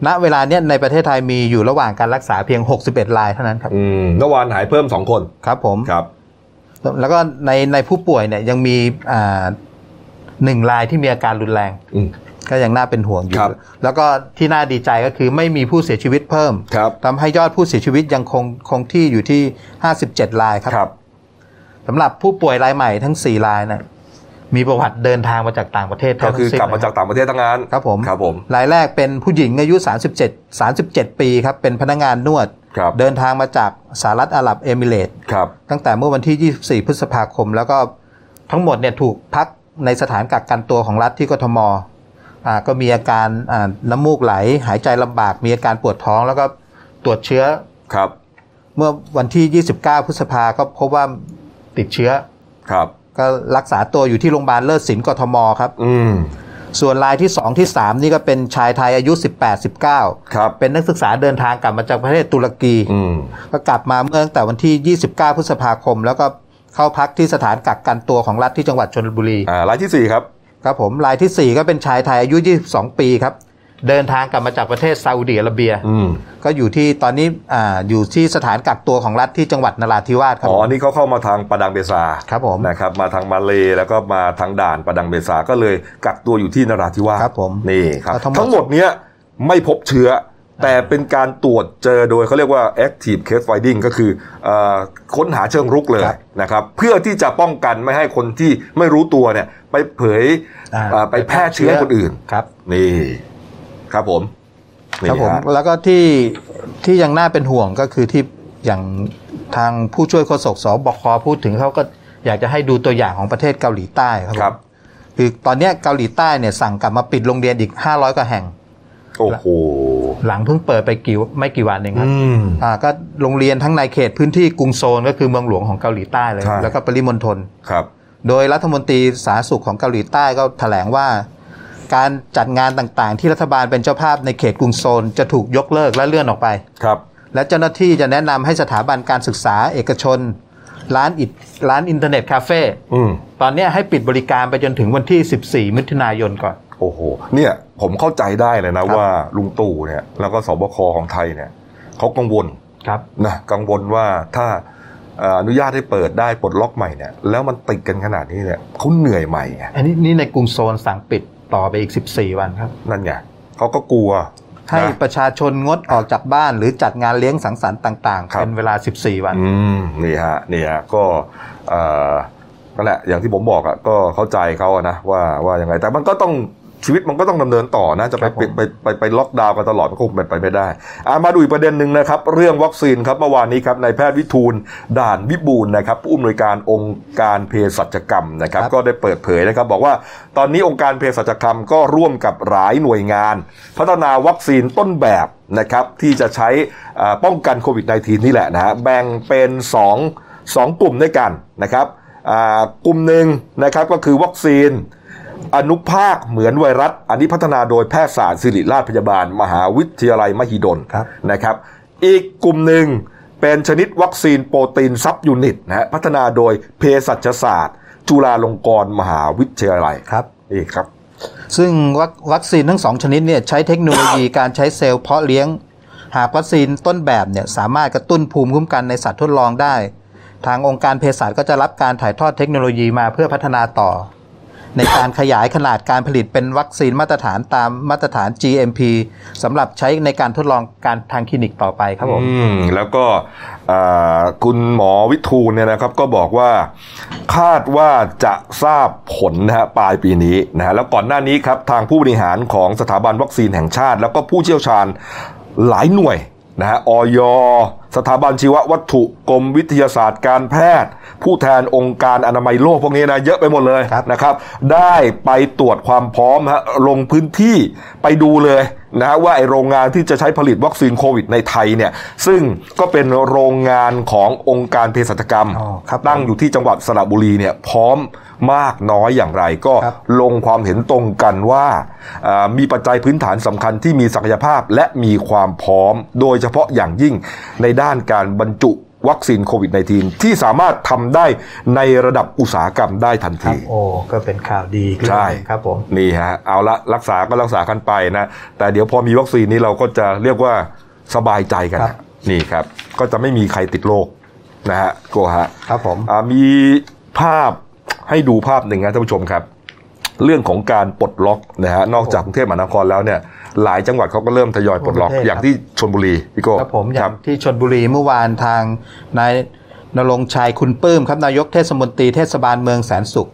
S2: ณเวลาเนี้ยในประเทศไทยมีอยู่ระหว่างการรักษาเพียง 61 รายเท่านั้นครับ
S1: อืมเมื่อวานหายเพิ่มสองคน
S2: ครับผม
S1: ครับ
S2: แล้วก็ในในผู้ป่วยเนี่ยยังมีอ่าหนึ่งรายที่มีอาการรุนแรง
S1: อืม
S2: ก็ยังน่าเป็นห่วงอยู่
S1: ครับ
S2: แล้วก็ที่น่าดีใจก็คือไม่มีผู้เสียชีวิตเพิ่ม
S1: ครับ
S2: ทำให้ยอดผู้เสียชีวิตยังคงคงที่อยู่ที่ 57 รายครับ
S1: ครับ
S2: สำหรับผู้ป่วยรายใหม่ทั้ง 4 รายนะมีประวัติเดินทางมาจากต่างประเทศ
S1: ก็
S2: ทั้ง
S1: คือ
S2: สิ้
S1: น กลับมาจากต่างประเทศทั้งนั้น
S2: ครับผม
S1: ครับผม
S2: รายแรกเป็นผู้หญิงอายุ 37 37 ปีครับ เป็นพนักงานนวด
S1: ครับ
S2: เดินทางมาจากสหรัฐอาหรับเอมิเรตส์
S1: ครับ
S2: ตั้งแต่เมื่อวันที่ 24 พฤษภาคม แล้วก็ทั้งหมดเนี่ยถูกพักในสถานกักกันตัวของรัฐที่กทมอ่าก็มีอาการอ่าน้ำมูกไหล หายใจลำบาก มีอาการปวดท้อง แล้วก็ตรวจเชื้อ
S1: ครับ
S2: เมื่อวันที่ 29 พฤษภาก็พบว่าติดเชื้อ
S1: ครับ
S2: ก็รักษาตัวอยู่ที่โรงพยาบาลเลิศสินกทมครับ
S1: อืม
S2: ส่วนรายที่ 2 ที่ 3 นี่ก็เป็นชายไทยอายุ 18-19
S1: ครับ
S2: เป็นนักศึกษาเดินทางกลับมาจากประเทศตุรกี
S1: อืม
S2: ก็กลับมาเมื่อตั้งแต่วันที่ 29 พฤษภาคม แล้วก็เข้าพักที่สถานกักกันตัวของรัฐที่จังหวัดชนบุรี
S1: อ่ารายที่สี่ครับ
S2: ครับผมรายทีสี่4 ก็เป็นชายไทยอายุ 22 ปีครับ เดินทางกลับมาจากประเทศซาอุดิอาระเบีย
S1: อืม
S2: ก็อยู่ที่ตอนนี้อ่าอยู่ที่สถานกักตัวของรัฐที่จังหวัดนราธิวาสครับ
S1: อ๋ออันนี้เขาเข้ามาทางปะดังเบซา
S2: ครับผม
S1: นะครับ มาทางมาเลแล้วก็มาทางด่านปะดังเบซาก็เลยกักตัวอยู่ที่นราธิวาส
S2: ครับผม
S1: นี่ครับ
S2: ก็ทั้งหมด
S1: ทั้งหมดเนี้ยไม่พบเชื้อ แต่เป็นการตรวจเจอโดยเขาเรียกว่า active case finding ก็คือเออค้นหาเชิงรุกเลย
S2: ครับ
S1: นะครับ เพื่อที่จะป้องกันไม่ให้คนที่ไม่รู้ตัวเนี่ย ไปเผย
S2: อ่า
S1: เอ่อไปแพร่เชื้อให้คนอื่น
S2: ครับ
S1: นี่ ครับผมนี่
S2: ครับผม
S1: ฮะ
S2: แล้วก็ที่ที่ยังน่าเป็นห่วงก็คือที่อย่างทางผู้ช่วยโฆษกสบคพูดถึงเขาก็อยากจะให้ดูตัวอย่างของประเทศเกาหลีใต้ครับผม
S1: ครับ
S2: คือตอนเนี้ยเกาหลีใต้เนี่ยสั่งกลับมาปิดโรงเรียนอีก 500 กว่าแห่ง
S1: โอ้โห
S2: หลังเพิ่งเปิดไปกี่ไม่กี่วันเองครับ
S1: อืม
S2: อ่าก็โรงเรียนทั้งในเขตพื้นที่กรุงโซลก็คือเมืองหลวงของเกาหลีใต้เลย
S1: ใช่
S2: แล้วก็ปริมณฑล
S1: ครับ
S2: โดยรัฐมนตรีสาธารณสุขของเกาหลีใต้ก็แถลงว่า การจัดงานต่างๆ ที่รัฐบาลเป็นเจ้าภาพในเขตกรุงโซลจะถูกยกเลิกและเลื่อนออกไป
S1: ครับ
S2: และเจ้าหน้าที่จะแนะนำให้สถาบันการศึกษาเอกชน ร้านอิฐร้านอินเทอร์เน็ตคาเฟ่
S1: อืม
S2: ตอนเนี้ยให้ปิดบริการไปจนถึงวันที่ 14 มิถุนายนก่อน
S1: โอ้โห เนี่ยผมเข้าใจได้เลยนะครับ ว่าลุงตู่เนี่ยแล้วก็สบคของไทยเนี่ยเขากังวล
S2: ครับ
S1: นะกังวลว่าถ้าเอ่ออนุญาตให้เปิดได้ปลดล็อกใหม่เนี่ยแล้วมันติดกันขนาดนี้เนี่ยเขาเหนื่อยใหม่ไง
S2: อันนี้นี่ในกรุงโซลสั่งปิดต่อไปอีก 14 วันครับ
S1: นั่นไงเขาก็กลัว
S2: ให้
S1: นะ
S2: ประชาชนงดออกจากบ้านหรือจัดงานเลี้ยงสังสรรค์ต่าง ๆ
S1: ครับ
S2: เป็นเวลา 14 วัน
S1: อืมนี่ฮะนี่ฮะก็เอ่อนั่นแหละอย่างที่ผมบอกอะก็เข้าใจเขาอะนะว่าว่ายังไง แต่มันก็ต้องชีวิตมันก็ต้องดำเนินต่อนะจะไป
S2: ครับผม
S1: ปิดไปไปไปล็อกดาวน์กันตลอดมันก็คงเป็นไปไม่ได้อ่ะมาดูอีกประเด็นหนึ่งนะครับ เรื่องวัคซีนครับเมื่อวานนี้ครับนายแพทย์วิทูลด่านวิบูลย์นะครับผู้อำนวยการองค์การเภสัชกรรมนะครับ ก็ได้เปิดเผยนะครับบอกว่าตอนนี้องค์การเภสัชกรรมก็ร่วมกับหลายหน่วยงาน พัฒนาวัคซีนต้นแบบนะครับที่จะใช้อ่าป้องกันโควิด -19 นี่แหละนะฮะแบ่งเป็น 2 2 กลุ่มด้วยกันนะครับอ่ากลุ่มหนึ่งนะครับก็คือวัคซีน อนุภาคเหมือนไวรัส อันนี้พัฒนาโดยแพทยศาสตร์ศิริราชพยาบาล มหาวิทยาลัยมหิดล
S2: ครับ
S1: นะครับ อีกกลุ่มหนึ่งเป็นชนิดวัคซีนโปรตีนซับยูนิตนะฮะพัฒนาโดยเภสัชศาสตร์ จุฬาลงกรณ์มหาวิทยาลัย
S2: ครับ
S1: นี่ครับ
S2: ซึ่งวควัคซีนทั้งสองชนิดเนี่ยใช้เทคโนโลยี การใช้เซลล์เพาะเลี้ยง หากวัคซีนต้นแบบเนี่ยสามารถกระตุ้นภูมิคุ้มกันในสัตว์ทดลองได้ ทางองค์การเภสัชก็จะรับการถ่ายทอดเทคโนโลยีมาเพื่อพัฒนาต่อ ในการขยายขนาดการผลิตเป็นวัคซีนมาตรฐานตามมาตรฐาน GMP สำหรับใช้ในการทดลองการทางคลินิกต่อไปครับผม
S1: อืมแล้วก็อ่าคุณหมอวิทูลเนี่ยนะครับก็บอกว่าคาดว่าจะทราบผลนะฮะปลายปีนี้นะฮะแล้วก่อนหน้านี้ครับทางผู้บริหารของสถาบันวัคซีนแห่งชาติ แล้วก็ผู้เชี่ยวชาญหลายหน่วยนะฮะออยสถาบันชีววัตถุกรมวิทยาศาสตร์การแพทย์ ผู้แทนองค์การอนามัยโลกพวกนี้นะเยอะไปหมดเลย
S2: ครับ
S1: นะครับ ได้ไปตรวจความพร้อมฮะลงพื้นที่ไปดูเลย นะฮะว่าไอโรงงานที่จะใช้ผลิตวัคซีนโควิดในไทยเนี่ยซึ่งก็เป็นโรงงานขององค์การเภสัชกรรม
S2: อ๋อครับ
S1: ตั้งอยู่ที่จังหวัดสระบุรีเนี่ยพร้อมมากน้อยอย่างไร ก็
S2: ครับ
S1: ลงความเห็นตรงกันว่าเอ่อมีปัจจัยพื้นฐานสำคัญที่มีศักยภาพและมีความพร้อม โดยเฉพาะอย่างยิ่งในด้านการบรรจุวัคซีนโควิด -19 ที่สามารถทำได้ในระดับอุตสาหกรรมได้ทัน
S2: ครั
S1: ที
S2: บโอ้ก็เป็นข่าวดีอีกเรื่องหนึ่งครับผม
S1: นี่ฮะเอาละรักษาก็รักษากันไปนะ แต่เดี๋ยวพอมีวัคซีนนี้เราก็จะเรียกว่าสบายใจกัน
S2: ครับ
S1: นี่ครับ ก็จะไม่มีใครติดโรคนะฮะโกฮะ
S2: ครับผม
S1: อ่ามีภาพให้ดูภาพหนึ่งนะท่านผู้ชมครับ เรื่องของการปลดล็อกนะฮะนอกจากกรุงเทพมหานครแล้วเนี่ย หลายจังหวัดเขาก็เริ่มทยอยปลดล็อก
S2: ทั่วประเทศ
S1: อย่างที่ชลบุรีพี่โก้
S2: ครับผมอย่า
S1: ครั
S2: ง
S1: บ
S2: ที่ชนบุรีเมื่อวานทางนายนรงค์ชัยคุณปลื้มครับนายกเทศมนตรีเทศบาลเมืองแสนสุข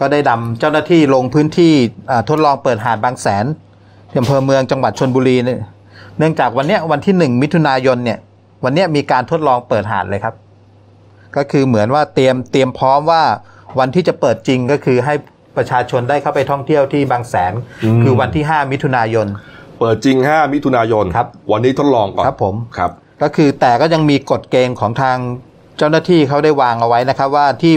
S2: ก็ได้ดำเจ้าหน้าที่ลงพื้นที่อ่าทดลองเปิดหาดบางแสนที่อำเภอเมืองจังหวัดชนบุรีเนี่ยเนื่องจากวันเนี้ยวันที่หนึ่งมิถุนายนเนี่ยวันเนี้ยมีการทดลองเปิดหาดเลยครับ ก็คือเหมือนว่าเตรียมเตรียมพร้อมว่าวันที่จะเปิดจริงก็คือให้ประชาชนได้เข้าไปท่องเที่ยวที่บางแสน
S1: อืม
S2: คือวันที่ห้ามิถุนายน
S1: เปิดจริง 5 มิถุนายน
S2: ครับ
S1: วันนี้ทดลองก่อน
S2: ครับผม
S1: ครับ
S2: ก็คือแต่ก็ยังมีกฎเกณฑ์ของทางเจ้าหน้าที่เขาได้วางเอาไว้นะครับว่าที่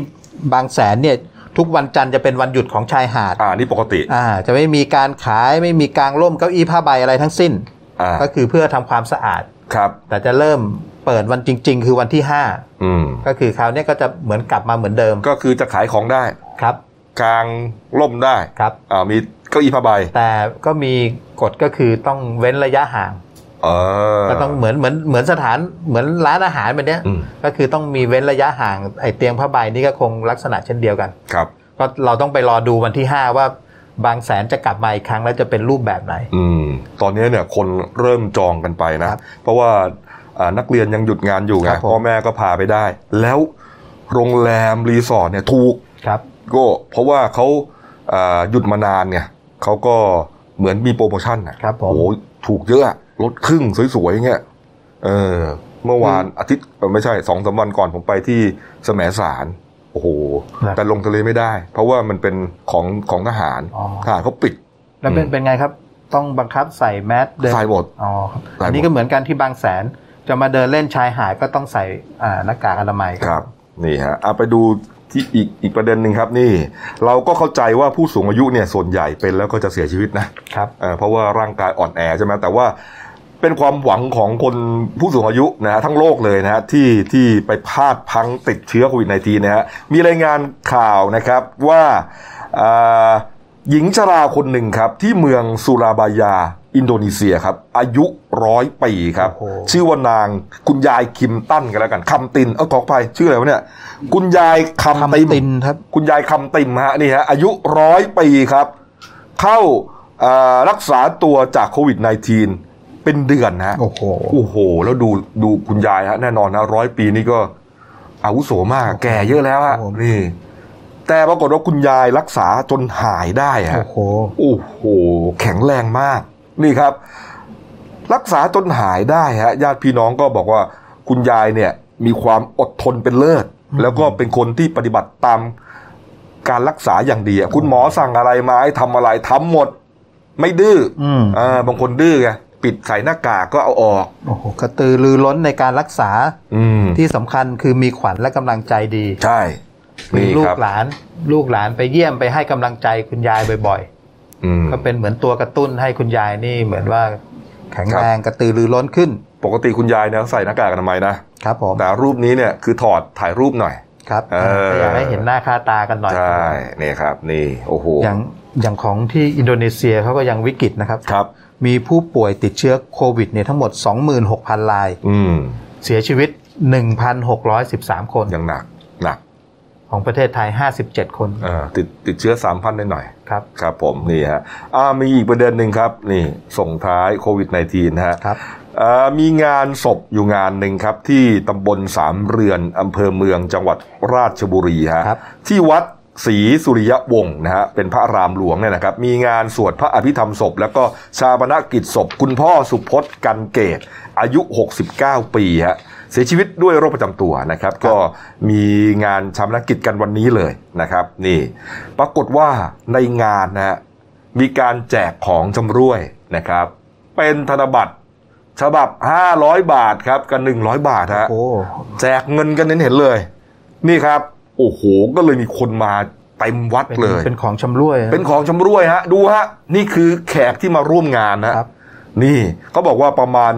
S2: บางแสนเนี่ยทุกวันจันทร์จะเป็นวันหยุดของชายหาด
S1: อ่านี่ปกติ
S2: อ่าจะไม่มีการขายไม่มีกางร่มเก้าอี้ผ้าใบอะไรทั้งสิ้น
S1: อ่า
S2: ก็คือเพื่อทำความสะอาด
S1: ครับ
S2: แต่จะเริ่มเปิดวันจริง ๆ คือวันที่ 5
S1: อืม
S2: ก็คือคราวเนี้ยก็จะเหมือนกลับมาเหมือนเดิม
S1: ก็คือจะขายของได้
S2: ครับ
S1: กางร่มได้
S2: ครับ
S1: อ่ามีเก้าอี้ผ้าใบ
S2: แต่ก็มีกฎก็คือต้องเว้นระยะห่าง
S1: เออ
S2: ก็ต้องเหมือนเหมือนเหมือนสถานเหมือนร้านอาหารแบบเนี้ย
S1: อืม
S2: ก็คือต้องมีเว้นระยะห่างไอเตียงผ้าใบนี่ก็คงลักษณะเช่นเดียวกัน
S1: ครับ
S2: ก็เราต้องไปรอดูวันที่ 5 ว่าบางแสนจะกลับมาอีกครั้งแล้วจะเป็นรูปแบบไหน
S1: อืม ตอนนี้เนี่ยคนเริ่มจองกันไปนะ
S2: ครับ
S1: เพราะว่าอ่านักเรียนยังหยุดงานอยู่ไง
S2: ครับผม
S1: พ่อแม่ก็พาไปได้ แล้วโรงแรมรีสอร์ทเนี่ยถูก
S2: ครับ
S1: ก็เพราะว่าเขาอ่าหยุดมานานไงเขาก็เหมือนมีโปรโมชั่นนะครับ
S2: ผม
S1: โอ้โหถูกเยอะอะลดครึ่งสวยๆเงี้ยเออ เมื่อวานอาทิตย์เอ่อไม่ใช่สองสามวันก่อนผมไปที่แสมสารโอ้โห
S2: ครับ
S1: แต่ลงทะเลไม่ได้ เพราะว่ามันเป็นของของทหาร
S2: อ๋อ
S1: ทหารเขาปิด
S2: แล้วเป็น
S1: อืม
S2: เป็นไงครับ ต้องบังคับใส่แมสเดิน
S1: ทรายหมด
S2: อ๋อครับ
S1: ใส่หมด
S2: อันนี้ก็เหมือนกันที่บางแสนจะมาเดินเล่นชายหาดก็ต้องใส่อ่าหน้ากากอนามัย
S1: ครับนี่ฮะเอาไปดูที่อีกอีกประเด็นหนึ่งครับนี่ เราก็เข้าใจว่าผู้สูงอายุเนี่ยส่วนใหญ่เป็นแล้วก็จะเสียชีวิตนะครับ เอ่อเพราะว่าร่างกายอ่อนแอใช่ไหมแต่ว่าเป็นความหวังของคนผู้สูงอายุนะฮะทั้งโลกเลยนะฮะที่ที่ไปพลาดพลังติดเชื้อโควิด -19 นะฮะมีรายงานข่าวนะครับว่าอ่าหญิงชราคนหนึ่งครับ ที่เมืองสุราบายา อินโดนีเซียครับ อายุร้อยปีครับ
S2: โอ้โห
S1: ชื่อว่านางคุณยายคิมตันกันแล้วกันคำติน เออขออภัยชื่ออะไรวะเนี่ย คุณยายคำติ
S2: คำติ
S1: ม
S2: นครับ
S1: คุณยายคำติมฮะนี่ฮะอายุร้อยปีครับ เข้าเอ่อรักษาตัวจากโควิด -19 เป็นเดือนนะฮะ
S2: โอ้โห
S1: โอ้โห แล้วดูดูคุณยายฮะแน่นอนนะร้อยปีนี่ก็อาวุโสมาก แก่เยอะแล้วฮะ
S2: ครับผม
S1: นี่ แต่ปรากฏว่าคุณยายรักษาจนหายได้ฮะ
S2: โอ้โห
S1: โอ้โห แข็งแรงมาก นี่ครับ รักษาจนหายได้ฮะญาติพี่น้องก็บอกว่า คุณยายเนี่ย มีความอดทนเป็นเลิศ
S2: อืม
S1: แล้วก็เป็นคนที่ปฏิบัติตามการรักษาอย่างดีอะคุณหมอสั่งอะไรมาให้ทำอะไรทำหมด ไม่ดื้ออ
S2: อืม
S1: เออบางคนดื้อไงปิดใส่หน้ากากก็เอาออก
S2: โอ้โหกระตือรือร้นในการรักษา
S1: อืม
S2: ที่สำคัญคือมีขวัญและกำลังใจดี
S1: ใช่
S2: มี
S1: นี่
S2: ลู
S1: ค
S2: ก
S1: รับ
S2: หลานลูกหลานไปเยี่ยมไปให้กำลังใจคุณยายบ่อย
S1: อืม
S2: ๆ ก็เป็นเหมือนตัวกระตุ้นให้คุณยายนี่เหมือนว่าแข็ง
S1: ครับ
S2: แรงกระตือรือร้นขึ้น
S1: ปกติคุณยายเนี่ยใส่หน้ากากอนามัยนะครับ
S2: ผม
S1: แต่รูปนี้เนี่ยคือถอดถ่ายรูปหน่อย
S2: ครับ
S1: เออ
S2: ก็อยากให้เห็นหน้าค่าตากันหน่อย
S1: ใช่นี่ครับ นี่ โอ้โห
S2: อย่างอย่างของที่อินโดนีเซียเขาก็ยังวิกฤตนะครับ
S1: ครับ
S2: มีผู้ป่วยติดเชื้อโควิดเนี่ยทั้งหมด 26,000ราย
S1: อืม
S2: เสียชีวิต 1,613 คน
S1: ยังหนักหนัก
S2: ของประเทศไทย 57 คน
S1: อ่าติดติดเชื้อสามพันหน่อย
S2: ครับ
S1: ๆครับผมนี่ฮะอ่ามีอีกประเด็นหนึ่งครับนี่ส่งท้ายโควิด -19 ฮะ
S2: ครับ
S1: เอ่อมีงานศพอยู่งานหนึ่งครับ ที่ตำบลสามเรือนอำเภอเมืองจังหวัดราชบุรีฮะ
S2: ครับ
S1: ที่วัดศรีสุริยวงศ์นะฮะเป็นพระอารามหลวงเนี่ยนะครับ มีงานสวดพระอภิธรรมศพ แล้วก็ชาปนกิจศพ คุณพ่อสุพจน์กันเกต อายุ 69 ปีฮะเสียชีวิตด้วยโรคประจำตัวนะครับ ก็มีงานชาปนกิจกันวันนี้เลยนะครับ นี่ ปรากฏว่าในงานนะฮะมีการแจกของจำร่วยนะครับ เป็นธนบัตร ฉบับ 500 บาทครับ กัน 100 บาทฮะ
S2: โอ้
S1: แจกเงินกันเห็นเห็นๆเลย นี่ครับ โอ้โห ก็เลยมีคนมาเต็มวัด
S2: เป็น
S1: เลย
S2: เป็นของชำร่วย
S1: เป็นของชำร่วยฮะ ดูฮะ นี่คือแขกที่มาร่วมงานนะครับ นี่เขาบอกว่าประมาณ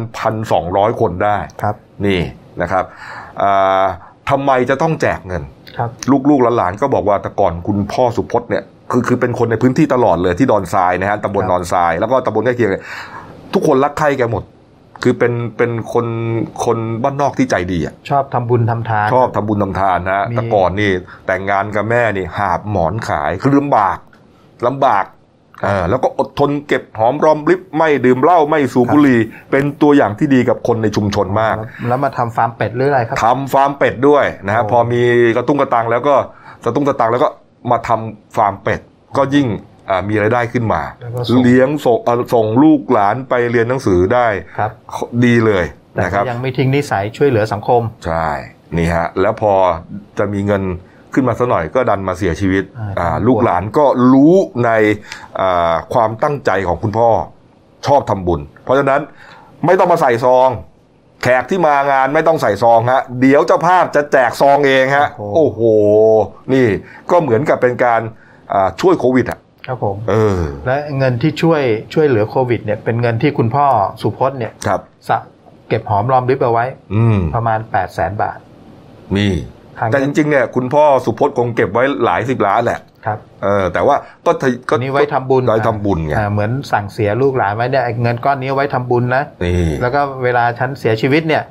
S1: 1,200 คนได้
S2: ครับ
S1: นี่นะครับอ่าทำไมจะต้องแจกเงิน
S2: ครับ
S1: ลูกๆหลานๆก็บอกว่าแต่ก่อนคุณพ่อสุพจน์เนี่ยคือคือเป็นคนในพื้นที่ตลอดเลยที่ดอนทรายนะฮะตำบล
S2: ครับ
S1: ดอนทราย แล้วก็ตำบลใกล้เคียงเนี่ยทุกคนรักใคร่แกหมด คือเป็นเป็นคนคนบ้านนอกที่ใจดีอะ
S2: ชอบทำบุญทำทาน
S1: ชอบทำบุญทำทานนะฮะ
S2: มี
S1: แต่ก่อนนี่แต่งงานกับแม่นี่หาบหมอนขายคือลำบากลำบากเออแล้วก็อดทนเก็บหอมรอมริบไม่ดื่มเหล้าไม่สูบบุหรี่เป็นตัวอย่างที่ดีกับคนในชุมชนมาก
S2: แล้วแล้วมาทำฟาร์มเป็ดหรืออะไรครับ
S1: ทำฟาร์มเป็ดด้วยนะฮะ
S2: โอ้
S1: พอมีกระตุ้งกระตังแล้วก็กระตุ้งกระตังแล้วก็มาทำฟาร์มเป็ด ก็ยิ่งอ่ามีรายได้ขึ้นมา
S2: แล้วก็ส่ง
S1: เลี้ยงส่งเอ่อส่งลูกหลานไปเรียนหนังสือได้
S2: ครับ
S1: ดีเลย
S2: แต่
S1: นะค
S2: ก็
S1: รับ
S2: ยังไม่ทิ้งนิสัยช่วยเหลือสังคม
S1: ใช่นี่ฮะแล้วพอจะมีเงินขึ้นมาสักหน่อยก็ดันมาเสียชีวิต
S2: า
S1: อ่าลูกหลานก็รู้ในอ่าความตั้งใจของคุณพ่อชอบทำบุญ เพราะฉะนั้นไม่ต้องมาใส่ซอง แขกที่มางานไม่ต้องใส่ซองฮะเดี๋ยวเจ้าภาพจะแจกซองเองฮะ
S2: โอ้
S1: โอ้
S2: โห
S1: โห นี่ก็เหมือนกับเป็นการอ่าช่วยโควิดอ่ะ
S2: ครับผม
S1: เออ
S2: และเงินที่ช่วยช่วยเหลือโควิดเนี่ยเป็นเงินที่คุณพ่อสุพจน์เนี่ย
S1: ครับ
S2: สะเก็บหอมรอมริบเอาไว้
S1: อืม
S2: ประมาณ 8 0 0แสนบาท
S1: นี่
S2: ทาง
S1: แต่จริงๆเนี่ยคุณพ่อสุพจน์คงเก็บไว้หลายสิบล้านแหละ
S2: ครับ
S1: เออแต่ว่าก็ทยก็
S2: อันนี้ไว้ทำบุญ
S1: ไว้ทำบุญไง
S2: อ่าเหมือนสั่งเสียลูกหลานไว้เนี่ยไอ้เงินก้อนนี้ไว้ทำบุญนะ
S1: นี่
S2: แล้วก็เวลาฉันเสียชีวิตเนี่ย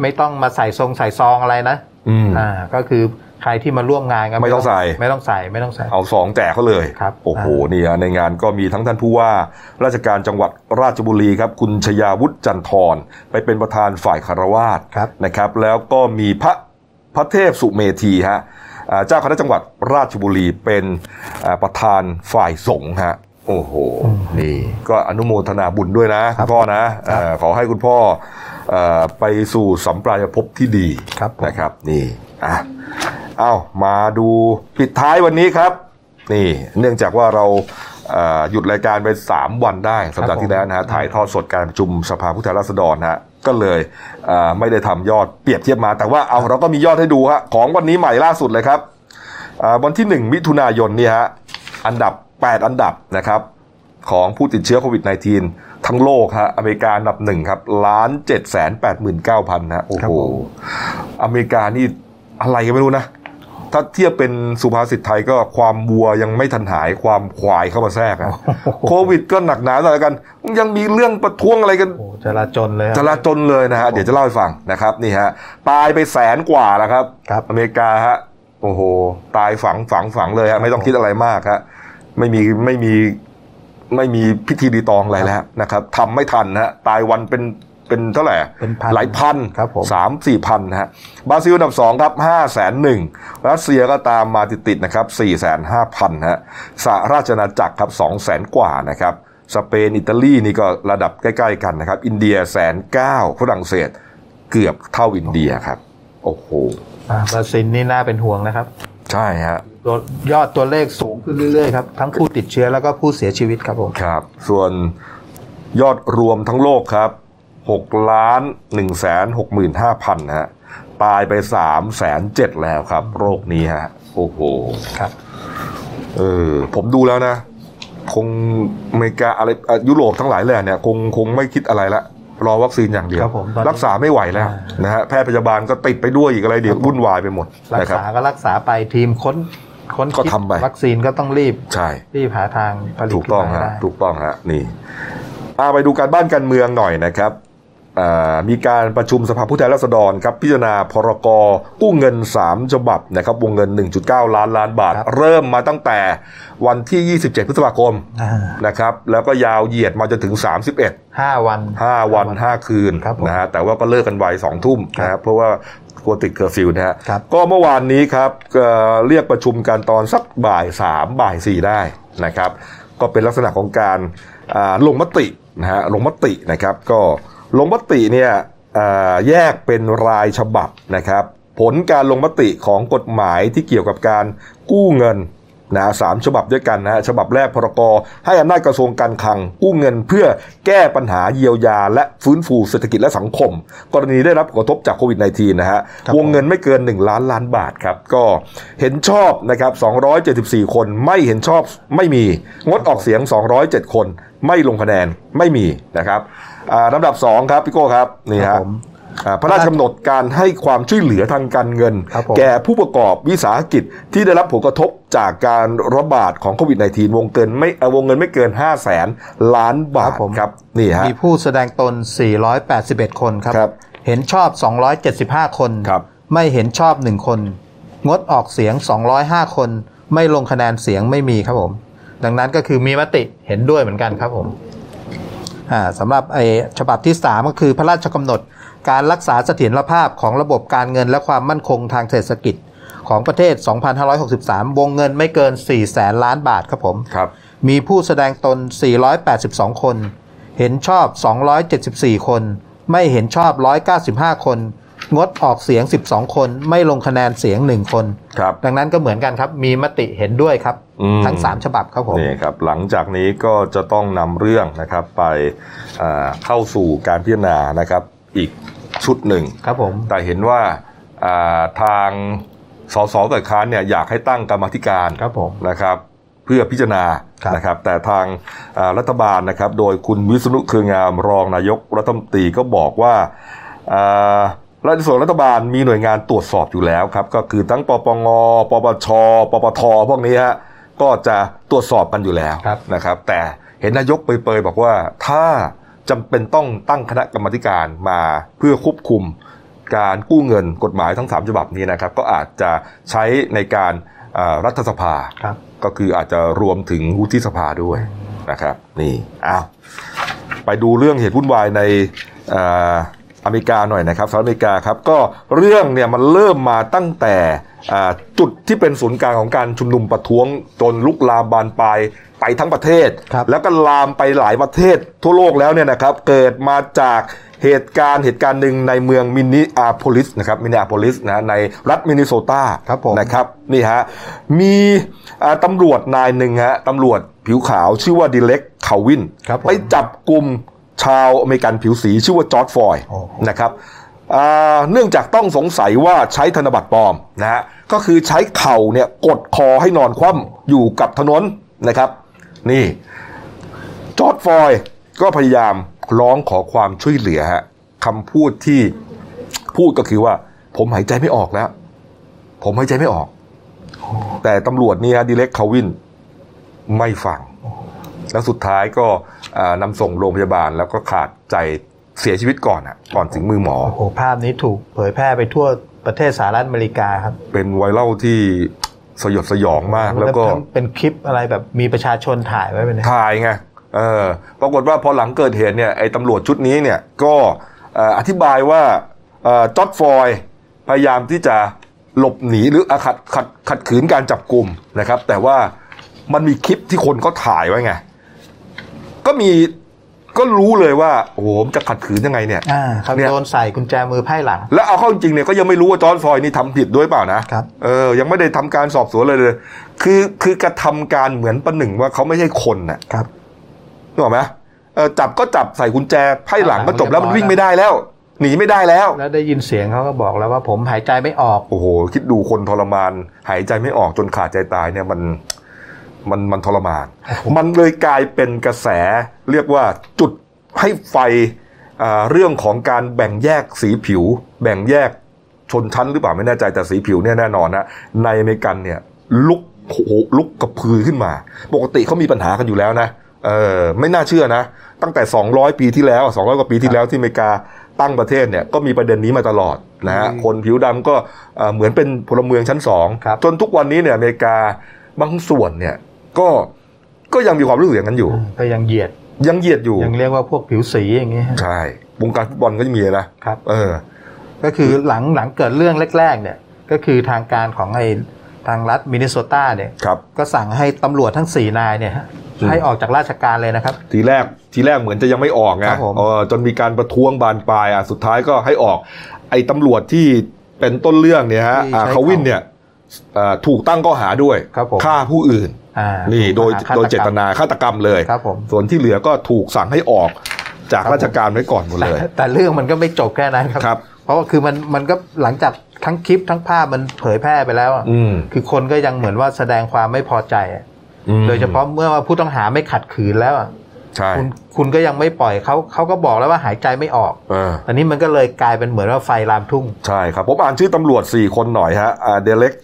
S2: ไม่ต้องมาใส่ทรงใส่ซองอะไรนะ
S1: อืม
S2: อ่าก็คือใครที่มาร่วมงานก็
S1: ไม่ต้องใส่
S2: ไม่ต้องใส่ไม่ต้องใส่
S1: เอาสองแจกเขาเลย
S2: ครับ
S1: โอ้โห
S2: อ่า
S1: นี่ฮะในงานก็มีทั้งท่านผู้ว่า ราชการจังหวัดราชบุรีครับ คุณชยาวุฒิจันทรไปเป็นประธานฝ่ายคารวาส
S2: ครับ
S1: นะครับ แล้วก็มีพระพระเทพสุเมธีฮะอ่าเจ้าคณะจังหวัดราชบุรีเป็นอ่าประธานฝ่ายสงฆ์ฮะโอ้โห
S2: อืม
S1: นี่ก็อนุโมทนาบุญด้วยนะ
S2: ครั
S1: คุ
S2: บ
S1: ณพ่อนะครับ เอ่อขอให้คุณพ่อเอ่อไปสู่สัมปรายภพที่ดี
S2: ครับผม
S1: นะครับนี่อ่ะ เอามาดูปิดท้ายวันนี้ครับ นี่เนื่องจากว่าเราเอ่อหยุดรายการไป 3 วันได้สัปดาห์ที่แล้วนะฮะถ่ายทอดสดการประชุมสภาผู้แทนราษฎรนะฮะก็เลยเอ่อไม่ได้ทำยอดเปรียบเทียบมา แต่ว่าเอาเราก็มียอดให้ดูฮะของวันนี้ใหม่ล่าสุดเลยครับเอ่อวันที่ 1 มิถุนายนนี่ฮะอันดับ 8 อันดับนะครับ ของผู้ติดเชื้อโควิด -19 ทั้งโลกฮะอเมริกาอันดับหนึ่งครับล้านเจ็ดแสนแปดหมื่นเก้าพันฮะโอ้
S2: ครับ
S1: โห
S2: ผม
S1: อเมริกานี่อะไรกันไม่รู้นะ ถ้าเทียบเป็นสุภาษิตไทยก็ความวัวยังไม่ทันหายความควายเข้ามาแทร กอะโควิดก็หนักหนาหน่อยกัน ยังมีเรื่องประท้วงอะไรกัน
S2: โอ้โหจราจนเลยครับ
S1: จราจนเลยนะฮะ เดี๋ยวจะเล่าให้ฟังนะครับนี่ฮะตายไปแสนกว่าแล้วครับ
S2: ครับ
S1: อเมริกาฮะโอ้โห ตายฝังฝังฝังเลยฮะไม่ต้องคิดอะไรมากฮะไม่มีไม่มีไม่มีพิธีดีตองอะไรแล้วนะครับทำไม่ทันฮะตายวันเป็นเป็นเท่าไหร่
S2: เป็นพัน
S1: หลายพัน
S2: ครับผม
S1: สามสี่พันฮะบราซิลอันดับสองครับห้าแสนหนึ่งรัสเซียก็ตามมาติดติดๆนะครับสี่แสนห้าพันฮะสหราชอาณาจักรครับสองแสนกว่านะครับ สเปน อิตาลีนี่ก็ระดับใกล้ ๆ กันนะครับ อินเดียแสนเก้าฝรั่งเศสเกือบเท่าอินเดียครับ โอ้โห
S2: อ่าบราซิลนี่น่าเป็นห่วงนะครับ
S1: ใช่ฮะ
S2: ตัวอยอดตัวเลขสูงขึ้นเรื่อยๆครับทั้งผู้ติดเชื้อแล้วก็ผู้เสียชีวิตครับผม
S1: ครับ ส่วนยอดรวมทั้งโลกครับ6ล้าน1แสน65,000ันฮะ ตายไป3แสน7แล้วครับ โรคนี้ฮะ โอ้โห
S2: ครับ
S1: เออ ผมดูแล้วนะ คงอเมริกาอะไรเอ่อยุโรปทั้งหลายแหล่เนี่ย คงคงไม่คิดอะไรละ รอวัคซีนอย่างเดียว
S2: ครับผมตอนนี้
S1: รักษาไม่ไหวแล้ว
S2: อ่าน
S1: นะฮะแพทย์พยาบาลก็ติดไปด้วยอีกอะไรเดี๋ยว
S2: ครับผม
S1: วุ่นวายไปหมด
S2: รัก
S1: นะครับ
S2: ษาก็รักษาไปทีมค้นค้น
S1: ก็ทำไป
S2: คิดวัคซีนก็ต้องรีบ
S1: ใช่
S2: รีบหาทางผลิต
S1: ถูกต้อง
S2: ขึ้นมาให้
S1: ฮะ
S2: ได้
S1: ถูกต้องฮะนี่อาไปดูการบ้านการเมืองหน่อยนะครับ อ่ามีการประชุมสภาผู้แทนราษฎรครับพิจารณาพรกกู้เงิน 3 ฉบับนะครับวงเงิน 1.9 ล้านล้านบาท
S2: ครับ
S1: เริ่มมาตั้งแต่วันที่ 27 พฤษภาคม
S2: อ่า
S1: นะครับแล้วก็ยาวเหยียดมาจนถึง 31
S2: ห้าวัน
S1: ห้าวันห้าคืน
S2: ครับผม
S1: นะฮะแต่ว่าก็เลิกกันไวสองทุ่มนะครับเพราะว่ากลัวติดเคอร์ฟิวนะฮะ
S2: ครับ
S1: ก็เมื่อวานนี้ครับเอ่อเรียกประชุมกันตอนสักบ่ายสามบ่ายสี่ได้นะครับ ก็เป็นลักษณะของการอ่าลงมตินะฮะลงมตินะครับก็ลงมติเนี่ยอ่าแยกเป็นรายฉบับนะครับ ผลการลงมติของกฎหมายที่เกี่ยวกับการกู้เงิน นะสามฉบับด้วยกันนะฮะฉบับแรกพรกให้อำนาจกระทรวงการคลัง กู้เงินเพื่อแก้ปัญหาเยียวยา และฟื้นฟูเศรษฐกิจและสังคม กรณีได้รับผลกระทบจากโควิด -19 นะฮะ
S2: ครับ
S1: วงเงินไม่เกิน 1 ล้านล้านบาทครับ ก็เห็นชอบนะครับ274 คนไม่เห็นชอบไม่มี งดออกเสียง 207 คน ไม่ลงคะแนนไม่มีนะครับอ่าลำดับ 2 ครับพี่โก้ครับนี่
S2: ครั
S1: ฮะ
S2: บผม
S1: อ่าพระราชกำหนดการให้ความช่วยเหลือทางการเงิน
S2: ครับผม
S1: แก่ แก่ผู้ประกอบวิสาหกิจที่ได้รับผลกระทบจากการระบาดของโควิด -19 วงเกินไม่เอ่อวงเงินไม่เกิน 5 0 0แสนล้านบาท
S2: ครับผม
S1: ครับนี่ฮะ
S2: มีผู้แสดงตน 481 คนครับ
S1: ครับ
S2: เห็นชอบ 275 คน
S1: ครับ
S2: ไม่เห็นชอบ 1 คน งดออกเสียง 205 คน ไม่ลงคะแนนเสียงไม่มีครับผม ดังนั้นก็คือมีมติเห็นด้วยเหมือนกันครับผมอ่าสำหรับไอฉบับที่ 3 ก็คือพระราชกำหนด การรักษาเสถียรภาพของระบบการเงินและความมั่นคงทางเศรษฐกิจของประเทศ 2,563 วงเงินไม่เกิน 4 แสนล้านบาทครับผม
S1: ครับ
S2: มีผู้แสดงตน 482 คน เห็นชอบ 274 คน ไม่เห็นชอบ 195 คน งดออกเสียง 12 คน ไม่ลงคะแนนเสียง 1 คน
S1: ครับ
S2: ดังนั้นก็เหมือนกันครับ มีมติเห็นด้วยครับ
S1: อืม
S2: ทั้ง 3 ฉบับครับผม
S1: นี่ครับหลังจากนี้ก็จะต้องนำเรื่องนะครับไปอ่าเข้าสู่การพิจารณานะครับอีกชุดหนึ่ง
S2: ครับผม
S1: แต่เห็นว่าอ่าทางสสฝ่ายค้านเนี่ยอยากให้ตั้งกรรมาธิการ
S2: ครับผม
S1: นะครับเพื่อพิจารณา
S2: ครับ
S1: นะครับแต่ทางเอ่อรัฐบาลนะครับโดยคุณวิษณุเครืองามรองนายกรัฐมนตรีก็บอกว่าเอ่อรัฐส่วนรัฐบาลมีหน่วยงานตรวจสอบอยู่แล้วครับก็คือทั้งปปงปปชปปทพวกนี้ฮะก็จะตรวจสอบกันอยู่แล้ว
S2: ครับ
S1: นะครับแต่เห็นนายกเปรยๆบอกว่าถ้าจำเป็นต้องตั้งคณะกรรมาธิการมาเพื่อควบคุม การกู้เงินกฎหมายทั้ง 3 ฉบับนี้นะครับก็อาจจะใช้ในการเอ่อรัฐสภา
S2: ครับ
S1: ก็คืออาจจะรวมถึงวุฒิสภาด้วยนะครับ นี่อ้าวไปดูเรื่องเหตุวุ่นวายในเอ่ออเมริกาหน่อยนะครับสหรัฐอเมริกาครับก็เรื่องเนี่ยมันเริ่มมาตั้งแต่อ่าจุดที่เป็นศูนย์กลางของการชุมนุมประท้วงจนลุกลามบานปลายไปทั้งประเทศ
S2: ครับ
S1: แล้วก็ลามไปหลายประเทศทั่วโลกแล้วเนี่ยนะครับ เกิดมาจากเหตุการณ์เหตุการณ์หนึ่งในเมืองมินนิอาโพลิสนะครับมินนิอาโพลิสนะในรัฐมินนิโซตา
S2: ครับผม
S1: นะครับนี่ฮะมีอ่าตำรวจนายหนึ่งฮะตำรวจผิวขาวชื่อว่าดิเล็กคาวิน
S2: ครับผม
S1: ไปจับกลุ่มชาวอเมริกันผิวสีชื่อว่าจอร์ดฟลอยด์
S2: โอ้โห
S1: นะครับอ่าเนื่องจากต้องสงสัยว่าใช้ธนบัตรปลอมนะฮะก็คือใช้เข่าเนี่ยกดคอให้นอนคว่ำอยู่กับถนนนะครับ นี่ จอร์ดฟลอยด์ก็พยายามร้องขอความช่วยเหลือฮะคำพูดที่พูดก็คือว่า ผมหายใจไม่ออกแล้ว ผมหายใจไม่ออก แต่ตำรวจเนี่ยดิเล็กคาวินไม่ฟัง แล้วสุดท้ายก็เอ่อนำส่งโรงพยาบาลแล้วก็ขาดใจเสียชีวิตก่อนอ่ะ ก่อนถึงมือหมอ
S2: โอ้โห ภาพนี้ถูกเผยแพร่ไปทั่วประเทศสหรัฐอเมริกาครับ
S1: เป็นไวรัลที่สยดสยองมากแล้วก็
S2: ทั้งเป็นคลิปอะไรแบบมีประชาชนถ่ายไว้เป็น
S1: ถ่ายไง เออ ปรากฏว่าพอหลังเกิดเหตุเนี่ยไอ้ตำรวจชุดนี้เนี่ยก็เอ่ออธิบายว่าเอ่อจอร์ดฟลอยด์พยายามที่จะหลบหนีหรืออ่ะขัดขัดขัดขืนการจับกลุ่มนะครับ แต่ว่ามันมีคลิปที่คนเขาถ่ายไว้ไง ก็มีก็รู้เลยว่าโอ้โหมันจะขัดขืนยังไงเนี่ย
S2: อ่าครับ
S1: เนี่ย
S2: โดนใส่กุญแจมือไพ่หลัง
S1: แล้วเอาเข้าจริงๆเนี่ยก็ยังไม่รู้ว่าจอร์นฟลอยด์นี่ทำผิดด้วยเปล่านะครับ เออยังไม่ได้ทำการสอบสวนเลยเลย คือคือกระทำการเหมือนประหนึ่งว่าเขาไม่ใช่คนน่ะ
S2: ครับ
S1: นึกออกไหมเออจับก็จับใส่กุญแจไพ่หลังก็จบแล้วมันวิ่งไม่ได้แล้ว หนีไม่ได้แล้ว
S2: แล้วได้ยินเสียงเขาก็บอกแล้วว่าผมหายใจไม่ออก
S1: โอ้โห คิดดูคนทรมาน หายใจไม่ออกจนขาดใจตายเนี่ยมันมันมันทรมาน มันเลยกลายเป็นกระแสเรียกว่าจุดให้ไฟอ่าเรื่องของการแบ่งแยกสีผิว แบ่งแยกชนชั้นหรือเปล่าไม่แน่ใจแต่สีผิวเนี่ยแน่นอนนะในอเมริกันเนี่ยลุกโอ้โหลุกกระพือขึ้นมา ปกติเขามีปัญหากันอยู่แล้วนะเออไม่น่าเชื่อนะ ตั้งแต่ 200 ปีที่แล้ว 200 กว่าปีที่แล้วที่อเมริกา ตั้งประเทศเนี่ยก็มีประเด็นนี้มาตลอดนะฮะ
S2: อืม
S1: คนผิวดำก็เอ่อเหมือนเป็นพลเมืองชั้นสอง
S2: ครับ
S1: จนทุกวันนี้เนี่ยอเมริกาบางส่วนเนี่ยก็ก็ยังมีความรู้สึกอย่างนั้นอยู่
S2: ก็ยังเหยียด
S1: ยังเหยียดอยู่
S2: ยังเรียกว่าพวกผิวสีอย่างเงี้ย
S1: ใช่วงการฟุตบอลก็ยังมีนะครับ เออ
S2: ก็คือหลังหลังเกิดเรื่องแรก ๆ เนี่ยก็คือทางการของไอ้ทางรัฐมินนิโซตาเนี่ย
S1: ครับ
S2: ก็สั่งให้ตำรวจทั้ง 4 นายเนี่ยฮะ
S1: อืม
S2: ให้ออกจากราชการเลยนะครับ
S1: ทีแรกทีแรกเหมือนจะยังไม่ออก
S2: ครั
S1: นะ
S2: บผม
S1: เออจนมีการประท้วงบานปลายอ่ะสุดท้ายก็ให้ออก ไอ้ตำรวจที่เป็นต้นเรื่องเนี่ยฮะ
S2: ที่
S1: อ่า
S2: ใช้
S1: เขาวินเนี่ยอ่าถูกตั้งข้อหาด้วย
S2: ครับผม
S1: ฆ่าผู้อื่น
S2: อ่า
S1: นี่โดย
S2: ข้า
S1: โดย
S2: ฆ
S1: เจ
S2: กรรม
S1: ตนาฆาตกรรมเลย
S2: ครับผม
S1: ส่วนที่เหลือก็ถูกสั่งให้ออกจากราชการไว้ก่อนหมด
S2: แต่
S1: เลย
S2: แต่เรื่องมันก็ไม่จบแค่นั้นครับ
S1: ครับ
S2: เพราะว่าคือมันมันก็หลังจากทั้งคลิปทั้งภาพมันเผยแพร่ไปแล้วอะ
S1: อืม
S2: คือคนก็ยังเหมือนว่าแสดงความไม่พอใจอะ
S1: อืม
S2: โดยเฉพาะเมื่อว่าผู้ต้องหาไม่ขัดขืนแล้วอะ
S1: ใช่
S2: คุณคุณก็ยังไม่ปล่อยเขาเขาก็บอกแล้วว่าหายใจไม่ออก
S1: เออ
S2: อันนี้มันก็เลยกลายเป็นเหมือนว่าไฟลามทุ่ง
S1: ใช่ครับผมอ่านชื่อตำรวจ 4 คนหน่อยฮะอ่าเดเล็ก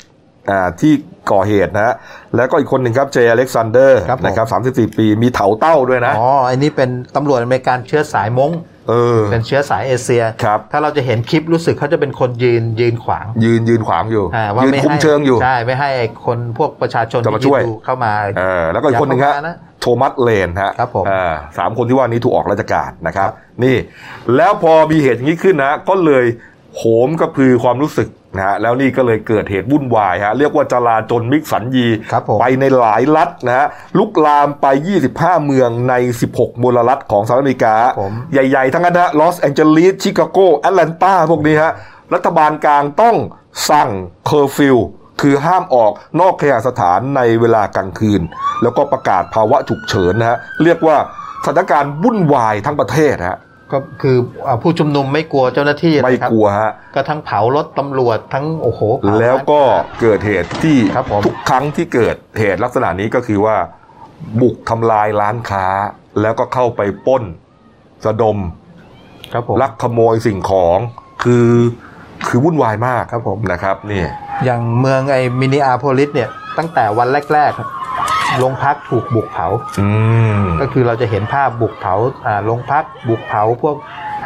S1: อ่าที่ก่อเหตุนะฮะแล้วก็อีกคนหนึ่งครับเจอเล็กซานเดอร์
S2: ครับผม
S1: นะครับ34 ปีมีเถาเต้าด้วยนะ
S2: อ๋ออันนี้เป็นตำรวจอเมริกันเชื้อสายม้ง
S1: เออ
S2: เป็นเชื้อสายเอเชีย
S1: ครับ
S2: ถ้าเราจะเห็นคลิปรู้สึกเขาจะเป็นคนยืนยืนขวาง
S1: ยืนยืนขวางอยู่
S2: อ่าว่า
S1: ยืน
S2: ไม่
S1: คุ้ม
S2: ให้
S1: เชิงอยู่
S2: ใช่ ไม่ให้ไอ้คนพวกประชาชน
S1: จะมา
S2: ที่
S1: ช่วย
S2: ดูเข้ามา
S1: เออแล้วก็อีกคนหนึ่งฮะ
S2: อย่าเข้ามานะ
S1: โทมัสเลนฮะ
S2: ครับผม
S1: เออสามคนที่ว่านี้ถูกออกราชการนะครับ นี่ แล้วพอมีเหตุอย่างนี้ขึ้นนะ ก็เลยโหมกระพือความรู้สึกนะฮะแล้วนี่ก็เลยเกิดเหตุวุ่นวายฮะเรียกว่าจลาจลมิกสันยี
S2: ครับผม
S1: ไปในหลายรัฐนะฮะลุกลามไป 25 เมืองใน 16 มลรัฐของสหรัฐอเมริกา
S2: ผม
S1: ใหญ่ๆ ทั้งนั้นฮะลอสแองเจลิสชิคาโกแอตแลนตาพวกนี้ฮะ รัฐบาลกลางต้องสั่งเคอร์ฟิวคือห้ามออกนอกเคหสถานในเวลากลางคืน แล้วก็ประกาศภาวะฉุกเฉินนะฮะ เรียกว่าสถานการณ์วุ่นวายทั้งประเทศฮะ
S2: ก็คืออ่าผู้ชุมนุมไม่กลัวเจ้าหน้าที่
S1: ไม่
S2: นะครับ
S1: กลัวฮะ
S2: ก็ทั้งเผารถตำรวจทั้งโอ้โหเผา
S1: แล้วก็เกิดเหตุที่
S2: ครับผม
S1: ทุกครั้งที่เกิดเหตุลักษณะนี้ก็คือว่า บุกทำลายร้านค้า แล้วก็เข้าไปปล้นสะดม
S2: ครับผม
S1: ลักขโมยสิ่งของคือคือวุ่นวายมาก
S2: ครับผม
S1: นะครับนี่
S2: อย่างเมืองไอ้มินนิอาโพลิสเนี่ย ตั้งแต่วันแรกๆโรงพักถูกบุกเผา
S1: อืม
S2: ก็คือเราจะเห็นภาพบุกเผาอ่าโรงพักบุกเผาพวก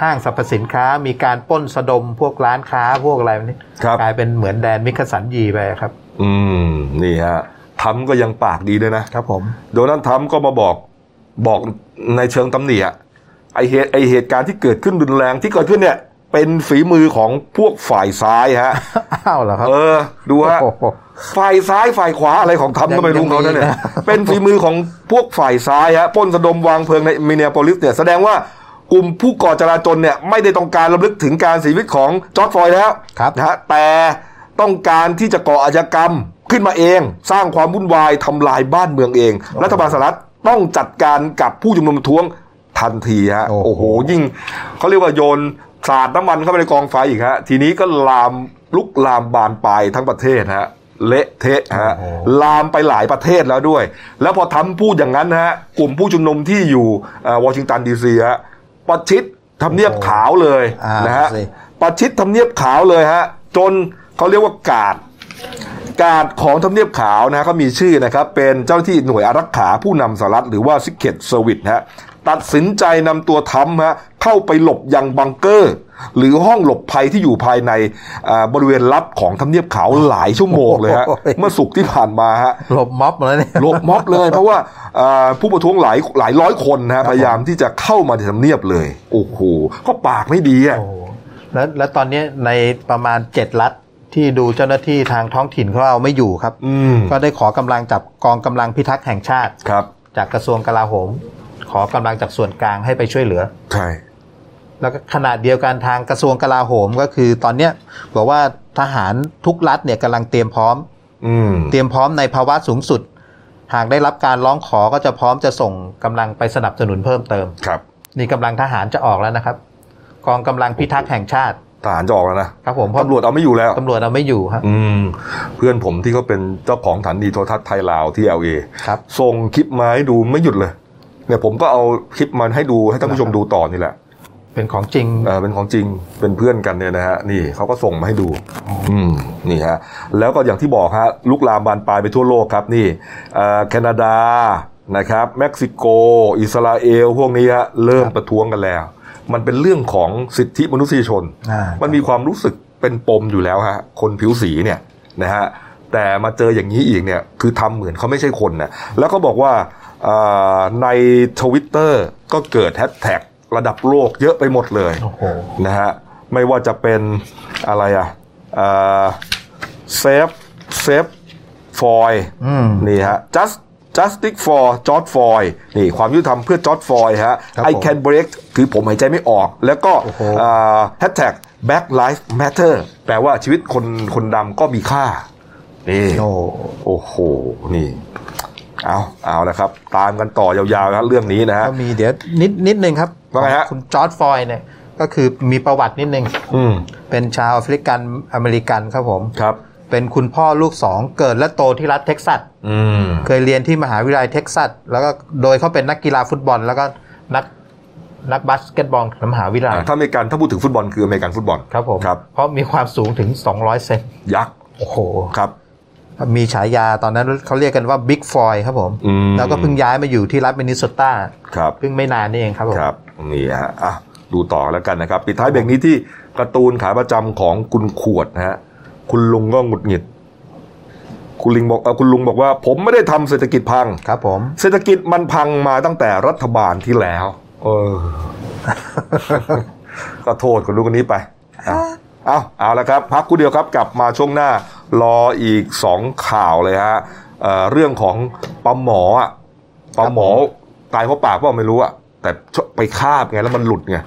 S2: ห้างสรรพสินค้า มีการปล้นสะดมพวกร้านค้าพวกอะไรแบบนี้
S1: ครับ
S2: กลายเป็นเหมือนแดนมิคสันยีไปครับ
S1: อืมนี่ฮะทำก็ยังปากดีด้วยนะ
S2: ครับผม
S1: โดนัลด์ทรัมป์ก็มาบอกบอกในเชิงตำหนิอะไอเหตุไอเหตุการณ์ที่เกิดขึ้นรุนแรงที่เกิดขึ้นเนี่ย เป็นฝีมือของพวกฝ่ายซ้ายฮะ
S2: อ้าวเหรอครับ
S1: เออ ดูฮะ
S2: โอ้โห
S1: ฝ่ายซ้ายฝ่ายขวาอะไรของทำก็ไม่รู้เขาเนี่ย
S2: ยังมีนะ
S1: เป็นฝีมือของพวกฝ่ายซ้ายฮะปล้นสะดมวางเพลิงในมินเนโปลิสเนี่ยแสดงว่ากลุ่มผู้ก่อจราจนเนี่ยไม่ได้ต้องการรำลึกถึงการเสียชีวิตของจอร์จฟลอยด์แล้ว
S2: ครับ
S1: นะฮะแต่ต้องการที่จะก่ออาชญากรรมขึ้นมาเอง สร้างความวุ่นวายทำลายบ้านเมืองเอง รัฐบาลสหรัฐต้องจัดการกับผู้ชุมนุมประท้วงทันทีฮะ
S2: โอ้โห
S1: โอ้โห ยิ่งเขาเรียกว่าโยนสาดน้ำมันเข้าไปในกองไฟอีกฮะ ทีนี้ก็ลามลุกลามบานปลายทั้งประเทศฮะ เละเทะฮะ
S2: โอ้โห
S1: ลามไปหลายประเทศแล้วด้วย แล้วพอทำพูดอย่างนั้นฮะ กลุ่มผู้ชุมนุมที่อยู่เอ่อวอชิงตันดีซีฮะประชิดทำเนียบขาวเลย
S2: อ่าน
S1: นะฮะ
S2: สิ
S1: ประชิดทำเนียบขาวเลยฮะ จนเขาเรียกว่ากาด การของทำเนียบขาวนะฮะก็มีชื่อนะครับ เป็นเจ้าหน้าที่หน่วยอารักขาผู้นำสหรัฐหรือว่า Secret Service ฮะตัดสินใจนำตัวทำฮะเข้าไปหลบยังบังเกอร์ หรือห้องหลบภัยที่อยู่ภายในอ่าบริเวณลับของทำเนียบขาวหลายชั่วโมงเลยฮะ
S2: โอ้โห
S1: เมื่อสุกร์ที่ผ่านมาฮะ
S2: หลบม็อบมาแล้วเนี่ย
S1: หลบม็อบเลยเพราะว่าเอ่อผู้ประท้วงหลายหลายร้อยคนนะฮะพยายามที่จะเข้ามาในทำเนียบเลย โอ้โหก็ปากไม่ดีอ่ะ
S2: โอ้โหแล้วแล้วตอนเนี้ยในประมาณ 7 รัฐที่ดูเจ้าหน้าที่ทางท้องถิ่นเขาเอาไม่อยู่ครับ
S1: อืม
S2: ก็ได้ขอกำลังจากกองกำลังพิทักษ์แห่งชาติ
S1: ครับ
S2: จากกระทรวงกลาโหม ขอกำลังจากส่วนกลางให้ไปช่วยเหลือ
S1: ใช่
S2: แล้วก็ขณะเดียวกันทางกระทรวงกลาโหมก็คือตอนเนี้ยบอกว่าทหารทุกรัฐเนี่ยกำลังเตรียมพร้อม
S1: อืม
S2: เตรียมพร้อมในภาวะสูงสุด หากได้รับการร้องขอก็จะพร้อมจะส่งกำลังไปสนับสนุนเพิ่มเติม
S1: ครับ
S2: นี่กำลังทหารจะออกแล้วนะครับ กองกำลังพิทักษ์แห่งชาติ
S1: ทหารจะออกแล้วนะครับ
S2: ผมเพราะ
S1: ตำรวจเอาไม่อยู่แล้ว
S2: ตำรวจเราไม่อยู่ครับ
S1: อืมเพื่อนผมที่เขาเป็นเจ้าของฐานีโทรทัศน์ไทยลาวที่เอเอ
S2: ครับ
S1: ส่งคลิปมาให้ดูไม่หยุดเลย เนี่ยผมก็เอาคลิปมาให้ดูให้ท่านผู้ชมดูต่อนี่แหละ
S2: เป็นของจริง
S1: เออเป็นของจริงเป็นเพื่อนกันเนี่ยนะฮะนี่เขาก็ส่งมาให้ดู อืมนี่ฮะแล้วก็อย่างที่บอกฮะลุกลามบานปลายไปทั่วโลกครับนี่เอ่อแคนาดานะครับเม็กซิโก อิสราเอล พวกนี้ฮะเริ่ม
S2: ครับ
S1: ประท้วงกันแล้ว มันเป็นเรื่องของสิทธิมนุษยชน
S2: อ่า
S1: มันมีความรู้สึกเป็นปมอยู่แล้วฮะคนผิวสีเนี่ยนะฮะแต่มาเจออย่างนี้อีกเนี่ยคือทำเหมือนเขาไม่ใช่คนนะแล้วก็บอกว่าอ่าในทวิตเตอร์ก็เกิดแฮชแท็กระดับโลกเยอะไปหมดเลย
S2: โอ้โห
S1: นะฮะไม่ว่าจะเป็นอะไรอ่ะเซฟเซฟฟอย
S2: อืม
S1: นี่ฮะ just justice for George Floyd นี่ความยุติธรรมเพื่อ George Floyd ฮะ
S2: ครับ
S1: I
S2: ผม
S1: can break คือผมหายใจไม่ออก แล้วก็
S2: โอ้โห
S1: แฮชแท็ก Black Lives Matter แปลว่าชีวิตคนคนดำก็มีค่า นี่
S2: โอ้
S1: โอ้โห นี่ เอาเอาละครับ ตามกันต่อยาวๆนะครับเรื่องนี้นะฮะ
S2: ก็มีเดี๋ยวนิดนิดนึงครับ
S1: ว่าไงฮะ
S2: คุณจอร์ดฟลอยด์เนี่ย ก็คือมีประวัตินิดนึง
S1: อืม
S2: เป็นชาวแอฟริกันอเมริกันครับผม
S1: ครับ
S2: เป็นคุณพ่อลูกสองเกิดและโตที่รัฐเท็กซัส
S1: อืม
S2: เคยเรียนที่มหาวิทยาลัยเท็กซัส แล้วก็โดยเขาเป็นนักกีฬาฟุตบอล แล้วก็นักนักบาสเกตบอลของมหาวิทยาลัย
S1: ถ้าอเมริกันถ้าพูดถึงฟุตบอลคืออเมริกันฟุตบอล
S2: ครับผม
S1: ครับ
S2: เพราะมีความสูงถึง 200 เซน
S1: ยักษ์
S2: โอ้โห
S1: ครับ
S2: มีฉายาตอนนั้นเขาเรียกกันว่าบิ๊กฟอยครับผม
S1: อืม
S2: แล้วก็เพิ่งย้ายมาอยู่ที่รัฐมินนิโซตา
S1: ครับ
S2: เพิ่งไม่นานนี่เองครับผม
S1: ครับนี่ฮะอ่ะดูต่อแล้วกันนะครับ ปิดท้ายเบรกนี้ที่การ์ตูนขาประจำของคุณขวดนะฮะคุณลุงก็หงุดหงิด คุณลิงบอกเออคุณลุงบอกว่า ผมไม่ได้ทำเศรษฐกิจพัง
S2: ครับผม
S1: เศรษฐกิจมันพังมาตั้งแต่รัฐบาลที่แล้ว เออ ก็โทษคนรู้คนนี้ไปอ่ะเอาเอาละครับ พักกูเดียวครับกลับมาช่วงหน้ารออีกสองข่าวเลยฮะเอ่อเรื่องของปลาหมออะปลาหมอตายเพราะปากเปล่าไม่รู้อะแต่ไปคาบไงแล้วมันหลุดไง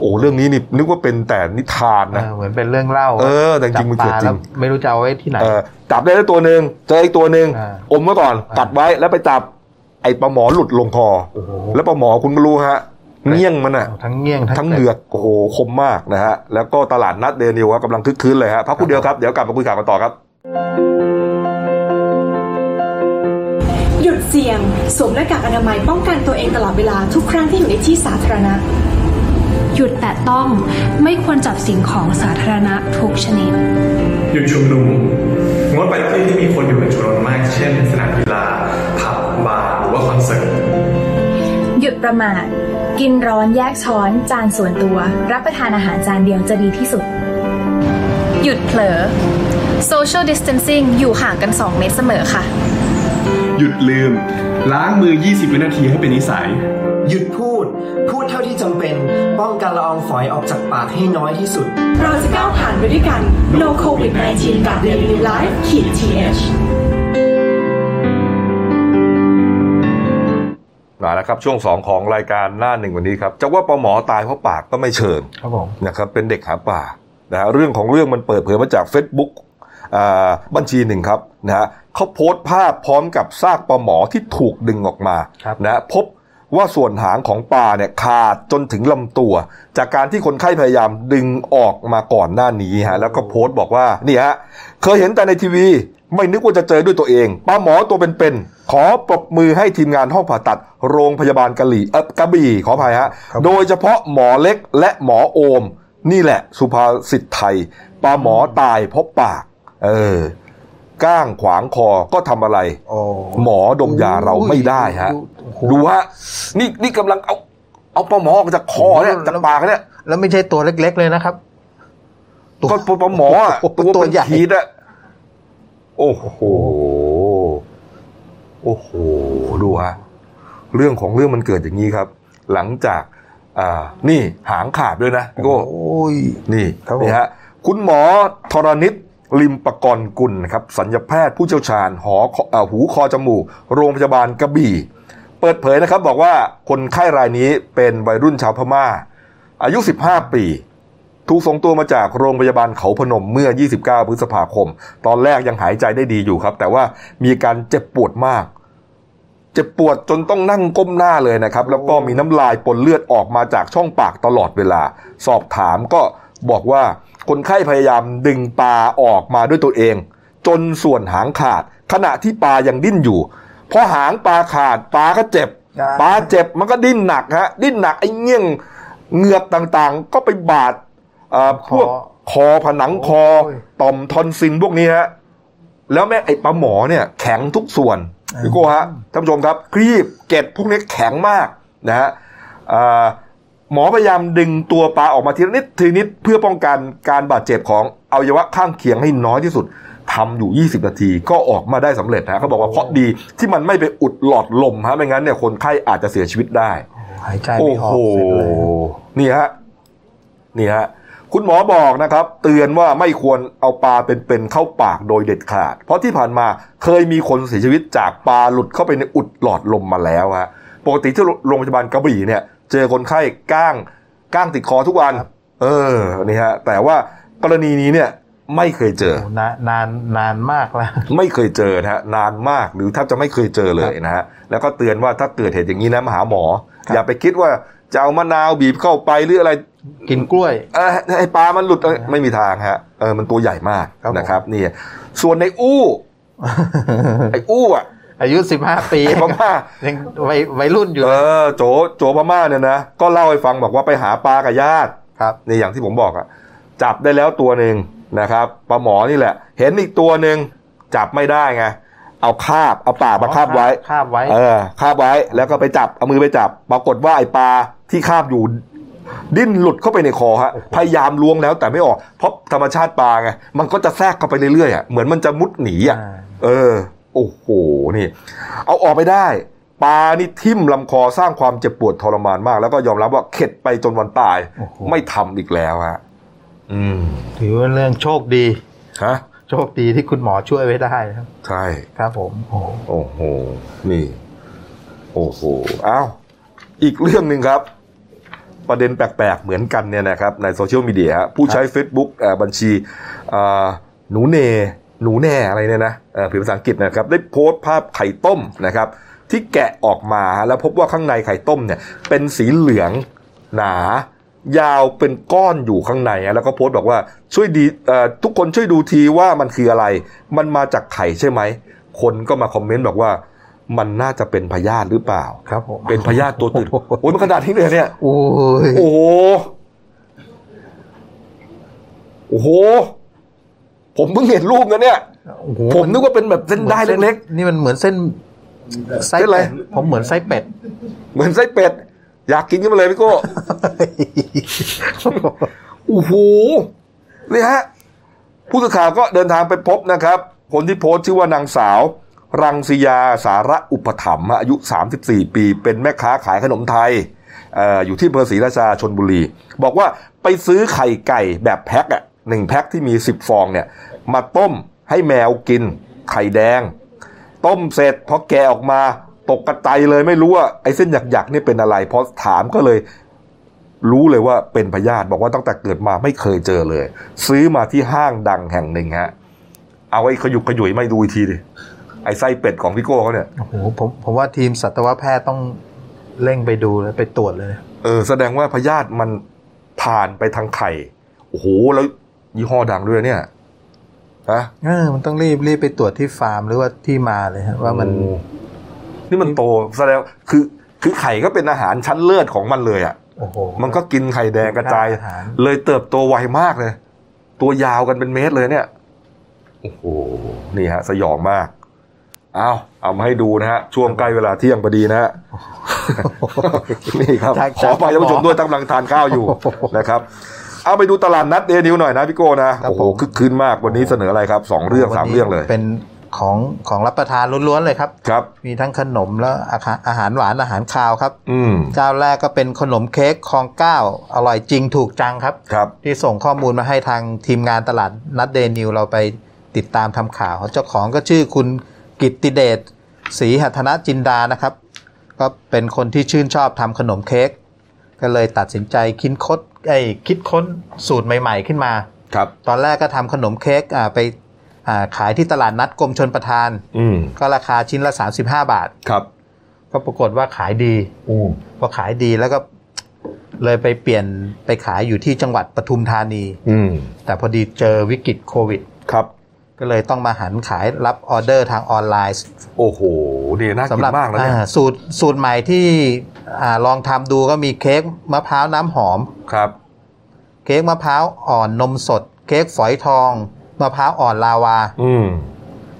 S1: โอ้เรื่องนี้นี่นึกว่าเป็นแต่นิทานนะ
S2: เออเหมือนเป็นเรื่องเล่า
S1: เออแต่จริงๆมัน
S2: ป
S1: เกิด
S2: ลา
S1: จริ
S2: แล้ว
S1: ง
S2: ไม่รู้จะเอาไว้ที่ไหน
S1: เออจับได้แล้วตัวหนึ่งเจออีกตัวหนึ่ง
S2: อ่า
S1: อมไว้ก่อนกัดไว้แล้วไปจับ ไอ้ปลาหมอหลุดลงคอ
S2: โอ้โห
S1: แล้วปลาหมอคุณก็รู้ฮะเงี้ยงมันอ่ะ
S2: ทั้งเงี้ยง
S1: ทั้งเหงือกโอ้โหคมมากนะฮะ แล้วก็ตลาดนัดเดนิวครับกำลังคึกคืนเลยฮะพักครู่เดียวครับ เดี๋ยวกลับมาคุยข่าวกันต่อครับ
S3: หยุดเสี่ยง สวมหน้ากากอนามัยป้องกันตัวเองตลอดเวลาทุกครั้งที่อยู่ในที่สาธารณะ
S4: หยุดแตะต้องไม่ควรจับสิ่งของสาธารณะทุกชนิด
S5: หยุดชุมนุมงดไปที่ที่มีคนอยู่เป็นจำนวนมาก เช่น สนามกีฬาผับบาร์หรือว่าคอนเสิร์ต
S6: หยุดประมาท กินร้อนแยกช้อน จานส่วนตัว รับประทานอาหารจานเดียวจะดีที่สุด หยุดเผลอ social distancing อยู่ห่างกัน 2 เมตรเสมอค่ะ
S5: หยุดลืม ล้างมือ 20 วินาทีให้เป็นนิสัย
S7: หยุดพูด พูดเท่าที่จำเป็น ป้องกันละอองฝอยออกจากปากให้น้อยที่สุด
S3: เราจะก้าวผ่านไปด้วยกัน No COVID 19กับ The New Life ขีด th
S1: มาแล้วครับ ช่วง 2 ของรายการหน้าหนึ่งวันนี้ครับจะว่าปลาหมอตายเพราะปากก็ไม่เชิง
S2: ครับผม
S1: นะครับเป็นเด็กหาป่านะฮะเรื่องของเรื่องมันเปิดเผยมาจาก Facebook อ่าบัญชีหนึ่งครับนะฮะเขาโพสต์ภาพพร้อมกับซากปลาหมอที่ถูกดึงออกมา
S2: ครับ
S1: นะฮะพบว่าส่วนหางของปลาเนี่ยขาดจนถึงลำตัว จากการที่คนไข้พยายามดึงออกมาก่อนหน้านี้ฮะแล้วก็โพสต์บอกว่านี่ฮะเคยเห็นแต่ในทีวี ไม่นึกว่าจะเจอด้วยตัวเองป้าหมอตัวเป็นๆขอปรบมือให้ทีมงานห้องผ่าตัด โรงพยาบาลกะหลี่เอ่อกระบี่ขออภัยฮะ โดยเฉพาะหมอเล็กและหมอโอม นี่แหละสุภาษิตไทยปลาหมอตายเพราะปาก เออ ก้างขวางคอก็ทำอะไร
S2: โอ้
S1: หมอดมยาเราไม่ได้ฮะ
S2: โอ้โห
S1: ดูฮะนี่นี่กำลังเอา เอาปลาหมอออกจากคอเนี่ยจากปากเนี่ย
S2: แล้วไม่ใช่ตัวเล็ก ๆ เลยนะครับ ตัว
S1: ก็ปลาหมออะ
S2: โอ้โห
S1: ตัว
S2: ตัว
S1: เป็น
S2: ใหญ่
S1: ขีดอะโอ้โหโอ้โหดูฮะเรื่องของเรื่องมันเกิดอย่างนี้ครับ หลังจาก อ่า นี่หางขาดด้วยนะพี่โก็
S2: โอ้ย
S1: นี่
S2: ครับผม
S1: นี่ฮะคุณหมอธรณิตลิมปกรณ์กุลนะครับสัญญาแพทย์ผู้เชี่ยวชาญหอเออหูคอจมูก โรงพยาบาลกระบี่ เปิดเผยนะครับบอกว่าคนไข้รายนี้เป็นวัยรุ่นชาวพม่า อายุ 15 ปี ถูกส่งตัวมาจากโรงพยาบาลเขาพนมเมื่อ 29 พฤษภาคม ตอนแรกยังหายใจได้ดีอยู่ครับ แต่ว่ามีอาการเจ็บปวดมาก เจ็บปวดจนต้องนั่งก้มหน้าเลยนะครับ แล้วก็มีน้ำลายปนเลือดออกมาจากช่องปากตลอดเวลา สอบถามก็บอกว่าคนไข้พยายามดึงปลาออกมาด้วยตัวเอง จนส่วนหางขาด ขณะที่ปลายังดิ้นอยู่พอหางปลาขาดปลาก็เจ็บ
S2: อ่า
S1: ปลาเจ็บมันก็ดิ้นหนักฮะดิ้นหนักไอ้เงี้ยงเหงือกต่างๆ ก็ไปบาดเอ่อพวก
S2: คอ
S1: คอผนังคอ
S2: โอ้ย
S1: ต่อมทอนซิลพวกนี้ฮะ แล้วแม่ไอ้ปลาหมอเนี่ยแข็งทุกส่วนพี่โก้ฮะท่านผู้ชมครับครีบเกล็ดพวกนี้แข็งมากนะฮะอ่า หมอพยายามดึงตัวปลาออกมาทีละนิดทีละนิดเพื่อป้องกันการบาดเจ็บของอวัยวะข้างเคียงให้น้อยที่สุดทำอยู่ 20 นาทีก็ออกมาได้สำเร็จฮะเขาบอกว่าเพราะดีที่มันไม่ไปอุดหลอดลมฮะไม่งั้นเนี่ยคนไข้อาจจะเสียชีวิตได้
S2: หายใจไม่ออกเสร็จเลย
S1: นี่ฮะ นี่ฮะ คุณหมอบอกนะครับ เตือนว่าไม่ควรเอาปลาเป็นๆเข้าปากโดยเด็ดขาด เพราะที่ผ่านมาเคยมีคนเสียชีวิตจากปลาหลุดเข้าไปในอุดหลอดลมมาแล้วฮะ ปกติที่โรงพยาบาลกระบี่เนี่ย เจอคนไข้ก้างก้างติดคอทุกวัน เออ นี่ฮะ แต่ว่ากรณีนี้เนี่ยไม่เคยเจอ
S2: โอ้นานนานนานมากแล้ว
S1: ไม่เคยเจอนะฮะนานมากหรือแทบจะไม่เคยเจอเลยนะฮะแล้วก็เตือนว่าถ้าเกิดเหตุอย่างนี้นะมาหาหมอ
S2: ครับ
S1: อย่าไปคิดว่าจะเอามะนาวบีบเข้าไปหรืออะไร
S2: กินกล้วย
S1: เอ่อให้ปลามันหลุดเอ้ยไม่มีทางฮะเออมันตัวใหญ่มาก
S2: ครับผม
S1: นะครับนี่ส่วนใน อู้ไอ้อู้อ่ะ
S2: อายุสิบห้าปี
S1: ไอ้พม่า
S2: ยังวัยวัยรุ่นอยู่
S1: เออโจโจพม่าเนี่ยนะก็เล่าให้ฟังบอกว่าไปหาปลากับญาติ
S2: ครับ
S1: นี่อย่างที่ผมบอกอะจับได้แล้วตัวหนึ่งนะครับปลาหมอนี่แหละ เห็นอีกตัวหนึ่งจับไม่ได้ไงเอาคาบเอาป่ากมาคาบไว้
S2: คาบไว้
S1: เออคาบไว้แล้วก็ไปจับเอามือไปจับ ปรากฏว่าไอปลาที่คาบอยู่ ดิ้นหลุดเข้าไปในคอฮะพยายามล้วงแล้วแต่ไม่ออก เพราะธรรมชาติปลาไงมันก็จะแทรกเข้าไปเรื่อยๆอะเหมือนมันจะมุดหนีอะ
S2: อ่า
S1: เออ โอ้โห นี่ เอาออกไปได้ ปลานี่ทิ่มลำคอสร้างความเจ็บปวดทรมานมาก แล้วก็ยอมรับว่าเข็ดไปจนวันตาย
S2: โอ้โห
S1: ไม่ทำอีกแล้วฮะ อืม
S2: ถือว่าเรื่องโชคดี
S1: ฮะ
S2: โชคดีที่คุณหมอช่วยไว้ได้นะครับ
S1: ใช่
S2: ครับผมโอ้โห
S1: โอ้โห นี่ โอ้โห อ้าว อีกเรื่องหนึ่งครับ ประเด็นแปลกๆ เหมือนกันเนี่ยนะครับ ในโซเชียลมีเดียฮะผู้ใช้ Facebook เอ่อบัญชีเอ่อหนูเน หนูแน่อะไรเนี่ยนะเอ่อผิวภาษาอังกฤษนะครับ ได้โพสต์ภาพไข่ต้มนะครับ ที่แกะออกมาแล้วพบว่าข้างในไข่ต้มเนี่ย เป็นสีเหลืองหนา ยาวเป็นก้อนอยู่ข้างในอะแล้วก็โพสต์บอกว่าช่วยดีเอ่อทุกคนช่วยดูทีว่ามันคืออะไร มันมาจากไข่ใช่ไหม คนก็มาคอมเมนต์บอกว่า มันน่าจะเป็นพยาธิหรือเปล่า
S2: ครับผม
S1: เป็นพยาธิตัวตื่นโอ้ยมันขนาดที่เลยเหรอเนี่ย
S2: โอ้ย
S1: โอ้โห โอ้โห ผมเพิ่งเห็นรูปนะเนี่ย
S2: โอ้โห
S1: ผมนึกว่าเป็นแบบเส้นได้เล็ก
S2: ๆนี่มันเหมือนเส้นไส้
S1: เส้นอะไร
S2: เป็ดผมเหมือนไส้เป็ด
S1: ๆ เหมือนไส้เป็ด อยากกินกันมาเลยพี่โก้ โอ้โหนี่ฮะ ผู้สื่อข่าวก็เดินทางไปพบนะครับ คนที่โพสต์ชื่อว่านางสาว รังสิยาสาระอุปถัมภ์อายุ 34 ปี เป็นแม่ค้าขายขนมไทยเอออยู่ที่อำเภอศรีราชาชนบุรี บอกว่าไปซื้อไข่ไก่แบบแพ็คอะหนึ่งแพ็คที่มี 10 ฟองเนี่ย มาต้มให้แมวกินไข่แดง ต้มเสร็จพอแกะออกมาตกกระจายเลยไม่รู้ว่าไอ้เส้นหยักๆนี่เป็นอะไรพอถามก็เลย รู้เลยว่าเป็นพยาธิบอกว่าตั้งแต่เกิดมาไม่เคยเจอเลย ซื้อมาที่ห้างดังแห่งหนึ่งฮะ เอาไอ้ขยุกขยุยไม่ดูอีกทีดิไอ้ไส้เป็ดของพี่โก้เขาเนี่ย
S2: โอ้โหผมผมว่าทีมสัตวแพทย์ต้องเร่งไปดูแล้วไปตรวจเลยนะ
S1: เออแสดงว่าพยาธิมันผ่านไปทางไข่ โอ้โห แล้วยี่ห้อดังด้วยเนี่ยฮะ
S2: เออมันต้องรีบรีบไปตรวจที่ฟาร์มหรือว่าที่มาเลยฮะว่ามัน
S1: โอ้นี่มันโตแสดงคือคือไข่ก็เป็นอาหารชั้นเลิศของมันเลยอะ
S2: โอ้โห
S1: มันก็กินไข่แดงกระจาย
S2: ได้อาหาร
S1: เลยเติบโตไวมากเลย ตัวยาวกันเป็นเมตรเลยเนี่ย โอ้โห นี่ฮะ สยองมาก เอาเอามาให้ดูนะฮะ ช่วงใกล้เวลาเที่ยงพอดีนะฮะ นี่ครับ
S2: ทัก
S1: ขอไปท่า
S2: ทัก
S1: นผู้ชมด้วยกำลังทานข้าวอยู่ นะครับ เอาไปดูตลาดนัดเดนิวหน่อยนะพี่โก้นะ
S2: ครับ
S1: โอ้โห
S2: ผม
S1: คึกคืนมากวันนี้เสนออะไรครับสองเรื่องสาม
S2: วันนี้
S1: เรื่องเลย
S2: เป็นของของรับประทานล้วนๆเลยครับ
S1: ครับ
S2: มีทั้งขนมและอาหารอาหารหวานอาหารคาวครับ
S1: อืม
S2: เจ้าแรกก็เป็นขนมเค้กคลองเก้าอร่อยจริงถูกจังครับ
S1: ครับ
S2: ที่ส่งข้อมูลมาให้ทางทีมงานตลาดนัดเดนิวเราไปติดตามทำข่าว เจ้าของก็ชื่อคุณกิตติเดชศรีหัตถนะจินดานะครับ ก็เป็นคนที่ชื่นชอบทำขนมเค้กก็เลยตัดสินใจคิดคดไอ้ยคิดค้นสูตรใหม่ๆขึ้นมา
S1: ครับ
S2: ตอนแรกก็ทำขนมเค้กอ่าไปอ่าขายที่ตลาดนัดกรมชนประทาน
S1: อืม
S2: ก็ราคาชิ้นละ 35 บาท
S1: ครับ
S2: ก็ปรากฏว่าขายดี
S1: อืม
S2: พอขายดีแล้วก็เลยไปเปลี่ยนไปขายอยู่ที่จังหวัดปทุมธานี
S1: อืม
S2: แต่พอดีเจอวิกฤตโควิด
S1: ครับ
S2: ก็เลยต้องมาหันขายรับออเดอร์ทางออนไลน์
S1: โอ้โห นี่น่ากิ
S2: สำห
S1: น
S2: รับ
S1: มากนะเนี่ย
S2: อ่าสูตรสูตรใหม่ที่อ่าลองทำดูก็มีเค้กมะพร้าวน้ำหอม
S1: ครับ
S2: เค้กมะพร้าวอ่อนนมสด เค้กฝอยทองมะพร้าวอ่อนลาวา
S1: อืม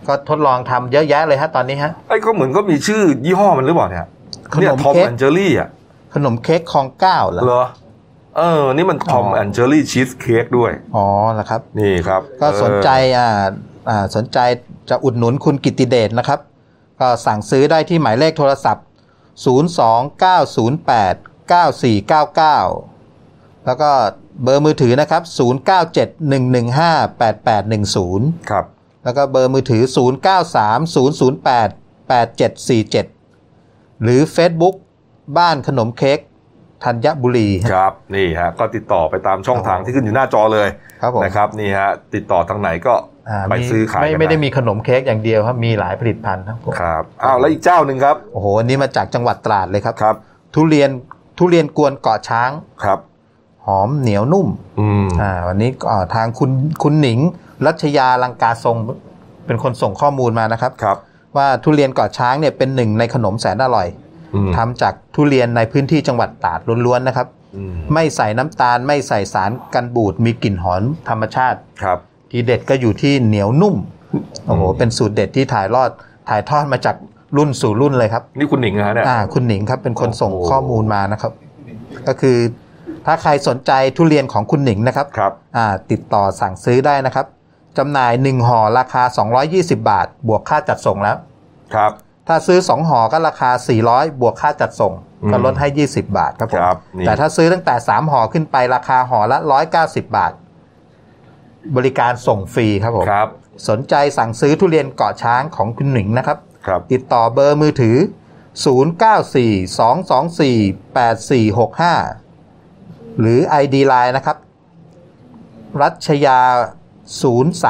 S2: ก็ทดลองทำเยอะแยะเลยฮะตอนนี้ฮะ
S1: ไอ้ก็เหมือนก็มีชื่อยี่ห้อมันหรือเปล่าเนี่ย
S2: ขนม
S1: เนี่ยทอม
S2: เค้ก
S1: แอนเจอรี่อ่ะ
S2: ขนมเค้กคลองเก้าเหรอ
S1: เหรอ เออ นี่มันทอม
S2: อ๋อ
S1: แอนเจอรี่ชีสเค้กด้วย
S2: อ๋อเหรอครับ
S1: นี่ครับ
S2: ก็สนใจ
S1: เอ
S2: อ่าอ่าสนใจจะอุดหนุนคุณกิติเดชนะครับ ก็สั่งซื้อได้ที่หมายเลขโทรศัพท์ 029089499 แล้วก็เบอร์มือถือนะครับ
S1: อ
S2: 0971158810
S1: ครับ
S2: แล้วก็เบอร์มือถือ 0930088747 หรือ Facebook บ้านขนมเค้กธัญบุรีค
S1: ครับ รับ นี่ฮะ ก็ติดต่อไปตามช่องทางที่ขึ้นอยู่หน้าจอเลย
S2: ครับผม
S1: นะครับ นี่ฮะ ติดต่อทางไหนก็
S2: อ่า
S1: ไป
S2: มี
S1: ซื้อขาย
S2: ไม่
S1: กัน
S2: ไม่ได้มีขนมเค้กอย่างเดียวครับ มีหลายผลิตภัณฑ์ครับผม
S1: ครับอ้าวแล้วอีกเจ้าหนึ่งครับ
S2: โอ้โหอันนี้มาจากจังหวัดตราดเลยครับ
S1: ครับ
S2: ทุเรียนทุเรียนกวนเกาะช้าง
S1: ครับ
S2: หอมเหนียวนุ่ม
S1: อืม
S2: อ่าวันนี้อ่าทางคุณคุณหนิง รัชยาลังกาทรงเป็นคนส่งข้อมูลมานะครับ
S1: ครับ
S2: ว่าทุเรียนเกาะช้างเนี่ยเป็นหนึ่งในขนมแสนอร่อย
S1: อืม
S2: ทำจากทุเรียนในพื้นที่จังหวัดตราดล้วนๆนะครับ
S1: อืม
S2: ไม่ใส่น้ำตาลไม่ใส่สารกันบูดมีกลิ่นหอมธรรมชาติ
S1: ครับ
S2: ทีเด็ดก็อยู่ที่เหนียวนุ่มโอ้โหเป็นสูตรเด็ดที่ถ่ายรอดถ่ายทอดมาจากรุ่นสู่รุ่นเลยครับ
S1: นี่คุณหนิงนะฮะเนี่ย
S2: อ่าคุณหนิงครับเป็นคนส่ง
S1: โอ้โห
S2: ข้อมูลมานะครับ ก็คือถ้าใครสนใจทุเรียนของคุณหนิงนะครับ
S1: ครับ
S2: อ่าติดต่อสั่งซื้อได้นะครับจำหน่าย 1ห่อราคา 220 บาท บวกค่าจัดส่งแล้ว
S1: ครับ
S2: ถ้าซื้อ 2ห่อก็ราคา 400 บวกค่าจัดส่ง
S1: อืม
S2: ก็ลดให้ 20 บาทครับผม
S1: ครับนี่
S2: แต่ถ้าซื้อตั้งแต่ 3ห่อขึ้นไปราคาห่อละ 190 บาท บริการส่งฟรีครับผม
S1: ครับ
S2: สนใจสั่งซื้อทุเรียนเกาะช้างของคุณหนิงนะครับ
S1: ครับ
S2: ติดต่อเบอร์มือถือ 0942248465 หรือ ID Line นะครับ รัชยา 0369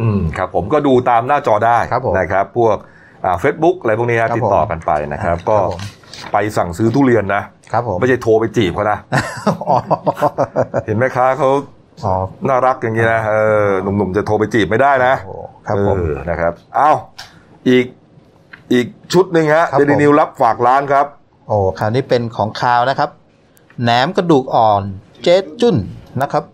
S1: อืม ครับ ผมก็ดูตามหน้าจอได้
S2: ครับผม
S1: นะครับ พวกอ่าเฟซบุ๊กอะไรพวกนี้นะครับ ติดต่อ
S2: ผม
S1: กันไปนะครับ
S2: ครับ
S1: ก็
S2: ผม
S1: ไปสั่งซื้อทุเรียนนะ
S2: ครับผม
S1: ไม่ใช่โทรไปจีบเขานะ
S2: อ๋อ
S1: เห็นไหมค้าเขา
S2: อ๋อ
S1: น่ารักอย่างนี้นะเออหนุ่มๆจะโทรไปจีบไม่ได้นะ
S2: โอ้ครับผม
S1: เออนะครับอ้าวอีกอีกชุดหนึ่งฮะ
S2: ครับ
S1: เดลิ
S2: ผม
S1: นิวรับฝากร้านครับ
S2: โอ้คราวนี้เป็นของคาวนะครับ แหนมกระดูกอ่อนเจ๊จุ้นนะครับ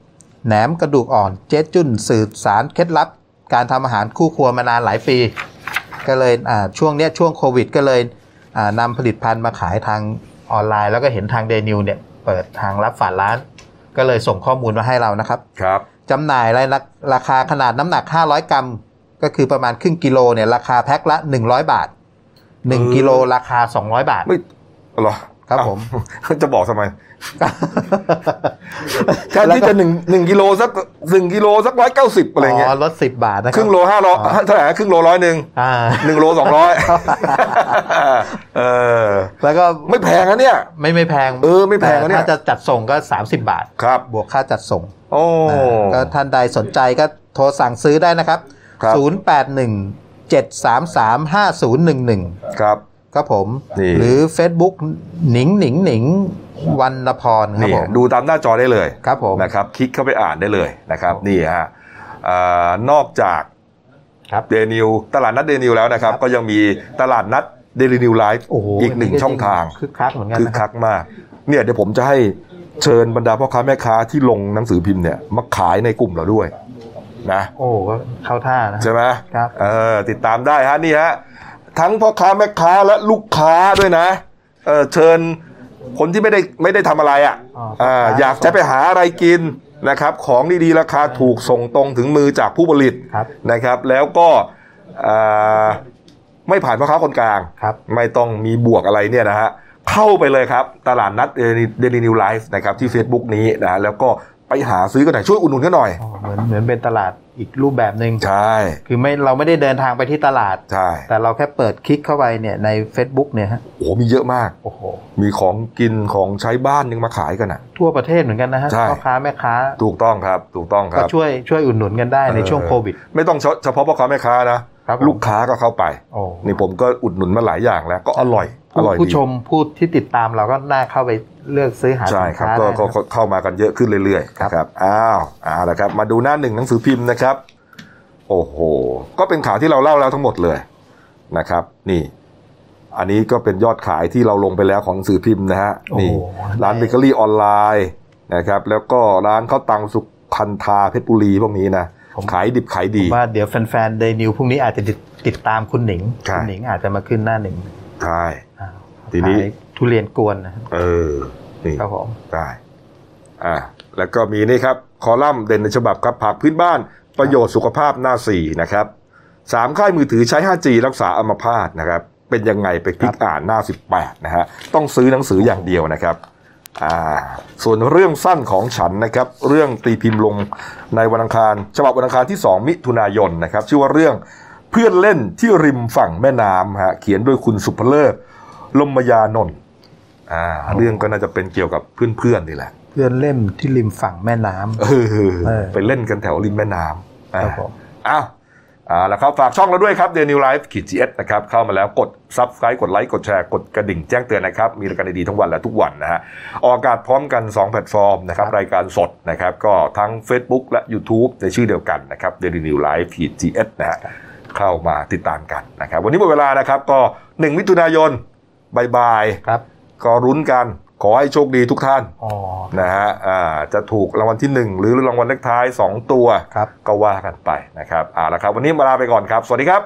S2: แหนมกระดูกอ่อนเจ๊จุ้นสืบสารเคล็ดลับ การทำอาหารคู่ครัวมานานหลายปี ก็เลยอ่าช่วงเนี้ยช่วงโควิดก็เลยอ่านำผลิตภัณฑ์มาขายทางออนไลน์ แล้วก็เห็นทางเดนิวเนี่ยเปิดทางรับฝากร้าน ก็เลยส่งข้อมูลมาให้เรานะครับ
S1: ครับ
S2: จำหน่ายรายละราคาขนาดน้ำหนัก 500 กรัม ก็คือประมาณครึ่งกิโลเนี่ยราคาแพ็คละ 100 บาท
S1: เออ
S2: 1 กิโลราคา 200 บาท
S1: ไม่เหรอ
S2: ครับ
S1: อ้าว
S2: ผม
S1: จะบอกทำไม แทนที่จะหนึ่งหนึ่งกิโลสักหนึ่งกิโลสักร้อยเก้าสิบอะไรเงี้ย
S2: อ๋อลด10 บาทนะ
S1: ครึ่งโลห้าร้อยเท่าไหร่ฮะครึ่งโลร้อยหนึ่ง
S2: อ่า
S1: หนึ่งโลสองร้อยเออ
S2: แล้วก็
S1: ไม่ แพงนะเนี่ย
S2: ไม่ไม่แพง
S1: เออไม่แพงนะเนี่ย
S2: ต่ถ้าจะจัดส่งก็ 30 บาท
S1: ครับ
S2: บวกค่าจัดส่ง
S1: โอ้
S2: อ่าก็ท่านใดสนใจก็โทรสั่งซื้อได้นะครับ
S1: ครับ
S2: 081 733 5011
S1: ครับ
S2: ครับผม
S1: นี่
S2: หรือ Facebook หนิงหนิงหนิงวันละพรครับ
S1: นี่
S2: ผม
S1: ดูตามหน้าจอได้เลย
S2: ครับผม
S1: นะครับ คลิกเข้าไปอ่านได้เลยนะครับ นี่ฮะเอ่อนอกจาก
S2: ครับ
S1: เดนิวตลาดนัดเดนิวแล้วนะครับ ก็ยังมีตลาดนัดเดลินิวไลฟ์
S2: โอ้โห
S1: อีกหนึ่งช่องทาง
S2: คึกคักเหมือนกัน
S1: คือ
S2: นะ
S1: คักมาก เนี่ยเดี๋ยวผมจะให้เชิญบรรดาพ่อค้าแม่ค้าที่ลงหนังสือพิมพ์เนี่ยมาขายในกลุ่มเราด้วยนะ
S2: โอ้ก็เข้าท่านะ
S1: ใช่ไหม
S2: ครับ
S1: เออติดตามได้ฮะนี่ฮะทั้งพ่อค้าแม่ค้าและลูกค้าด้วยนะเออเชิญคนที่ไม่ได้ไม่ได้ทำอะไรอ่ะ อ่าอยากจะไปหาอะไรกินนะครับ ของดีๆ ราคาถูกส่งตรงถึงมือจากผู้ผลิต
S2: ครับ
S1: นะครับ แล้วก็อ่าไม่ผ่านพ่อค้าคนกลาง
S2: ครับ
S1: ไม่ต้องมีบวกอะไรเนี่ยนะฮะเข้าไปเลยครับ ตลาดนัดเดลินิวไลฟ์นะครับที่ Facebook นี้นะฮะแล้วก็ไปหาซื้อกันหน่อยช่วยอุดหนุนกันหน่อย
S2: อ๋อเหมือนเหมือนเป็นตลาดอีกรูปแบบหนึ่ง
S1: ใช่
S2: คือไม่เราไม่ได้เดินทางไปที่ตลาด
S1: ใช่
S2: แต่เราแค่เปิดคลิกเข้าไปเนี่ยใน Facebook เนี่ยฮะ
S1: โอ้โหมีเยอะมาก
S2: โอ้โห
S1: มีของกินของใช้บ้านยังมาขายกันอ่ะ
S2: ทั่วประเทศเหมือนกันนะฮะ
S1: ใช่
S2: พ่อค้าแม่ค้า
S1: ถูกต้องครับถูกต้องค
S2: ก็
S1: รับ
S2: ช่วยช่วยอุดหนุนกันได้ใน
S1: เออ
S2: ช่วงโควิด
S1: ไม่ต้องเฉพาะพ่อค้าแม่ค้านะครับ
S2: ผม
S1: ลูกค้าก็เข้าไป
S2: โอ้
S1: นี่ผมก็อุดหนุนมาหลายอย่างแล้วก็อร่อย อ
S2: ผู้
S1: ร่อย
S2: ผู้
S1: ดี
S2: ชมผู้ที่ติดตามเราก็น่าเข้าไปเลือกซื้อหา
S1: ใช่
S2: สิน
S1: ครับ
S2: ค้า
S1: ก็
S2: ได้
S1: ก็
S2: นะ
S1: ก็เข้ามากันเยอะขึ้นเรื่อยๆ
S2: ครับ
S1: นะครับอ้าวเอ่าละครับ มาดูหน้าหนึ่งหนังสือพิมพ์นะครับ โอ้โห ก็เป็นข่าวที่เราเล่าแล้วทั้งหมดเลยนะครับ นี่ อันนี้ก็เป็นยอดขายที่เราลงไปแล้วของหนังสือพิมพ์นะฮะ
S2: โอ้โห
S1: นี่ ร้านเบเกอรี่ออนไลน์นะครับ แล้วก็ร้านข้าวตังสุพันธาเพชรบุรีพวกนี้นะ
S2: ผม
S1: ขายดิบขายดี
S2: ว่าเดี๋ยวแฟนๆเดนิวพรุ่งนี้อาจจะติดติดตามคุณหนิง
S1: ใช่
S2: คุณหนิงอาจจะมาขึ้นหน้าหนึ่ง
S1: ใช่
S2: อ่า
S1: ทีนี้
S2: ขายทุเรียนกวนนะครับ
S1: เออนี่
S2: ครับผม
S1: ได้ อ่าแล้วก็มีนี่ครับคอลัมน์เด่นในฉบับครับผักพื้นบ้านประโยชน์สุขภาพหน้าสี่นะครับสามค่ายมือถือใช้ 5G รักษาอัมพาตนะครับ เป็นยังไงไปคลิกอ่านหน้า 18 นะฮะต้องซื้อหนังสืออย่างเดียวนะครับอ่าส่วนเรื่องสั้นของฉันนะครับ เรื่องตีพิมพ์ลงในวันอังคาร ฉบับวันอังคารที่ 2 มิถุนายนนะครับ ชื่อว่าเรื่องเพื่อนเล่นที่ริมฝั่งแม่น้ำฮะเขียนโดยคุณสุภเลิศลมยานนท์อ่าเรื่องก็น่าจะเป็นเกี่ยวกับเพื่อนๆนี่แหละ
S2: เพื่อนเล่มที่ริมฝั่งแม่น้ำ
S1: เอ
S2: เอ
S1: อ
S2: อ
S1: ไปเล่นกันแถวริมแม่น้ำอ่า
S2: ครับผม
S1: อ้าวเอาแล้วครับ ฝากช่องเราด้วยครับ The New Life ขีดจีเอสนะครับ เข้ามาแล้วกด Subscribe กดไลค์กดแชร์กดกระดิ่งแจ้งเตือนนะครับ มีรายการดีๆทั้งวันและทุกวันนะฮะ ออกอากาศพร้อมกัน 2 แพลตฟอร์มนะครับ รายการสดนะครับ ก็ทั้ง Facebook และ YouTube ในชื่อเดียวกันนะครับ The New Life ขีดจีเอสนะฮะ เข้ามาติดตามกันนะครับ วันนี้หมดเวลานะครับ ก็ 1 มิถุนายนบาย
S2: ครับ
S1: ๆก็รุ้นกัน ขอให้โชคดีทุกท่าน
S2: อ๋อ
S1: นะฮะอ่าจะถูกรางวัลที่ 1 หรือรางวัลเลขท้าย 2 ตัว
S2: ครับ
S1: ก็ว่ากันไปนะครับเอาละครับ วันนี้มาลาไปก่อนครับ สวัสดีครับ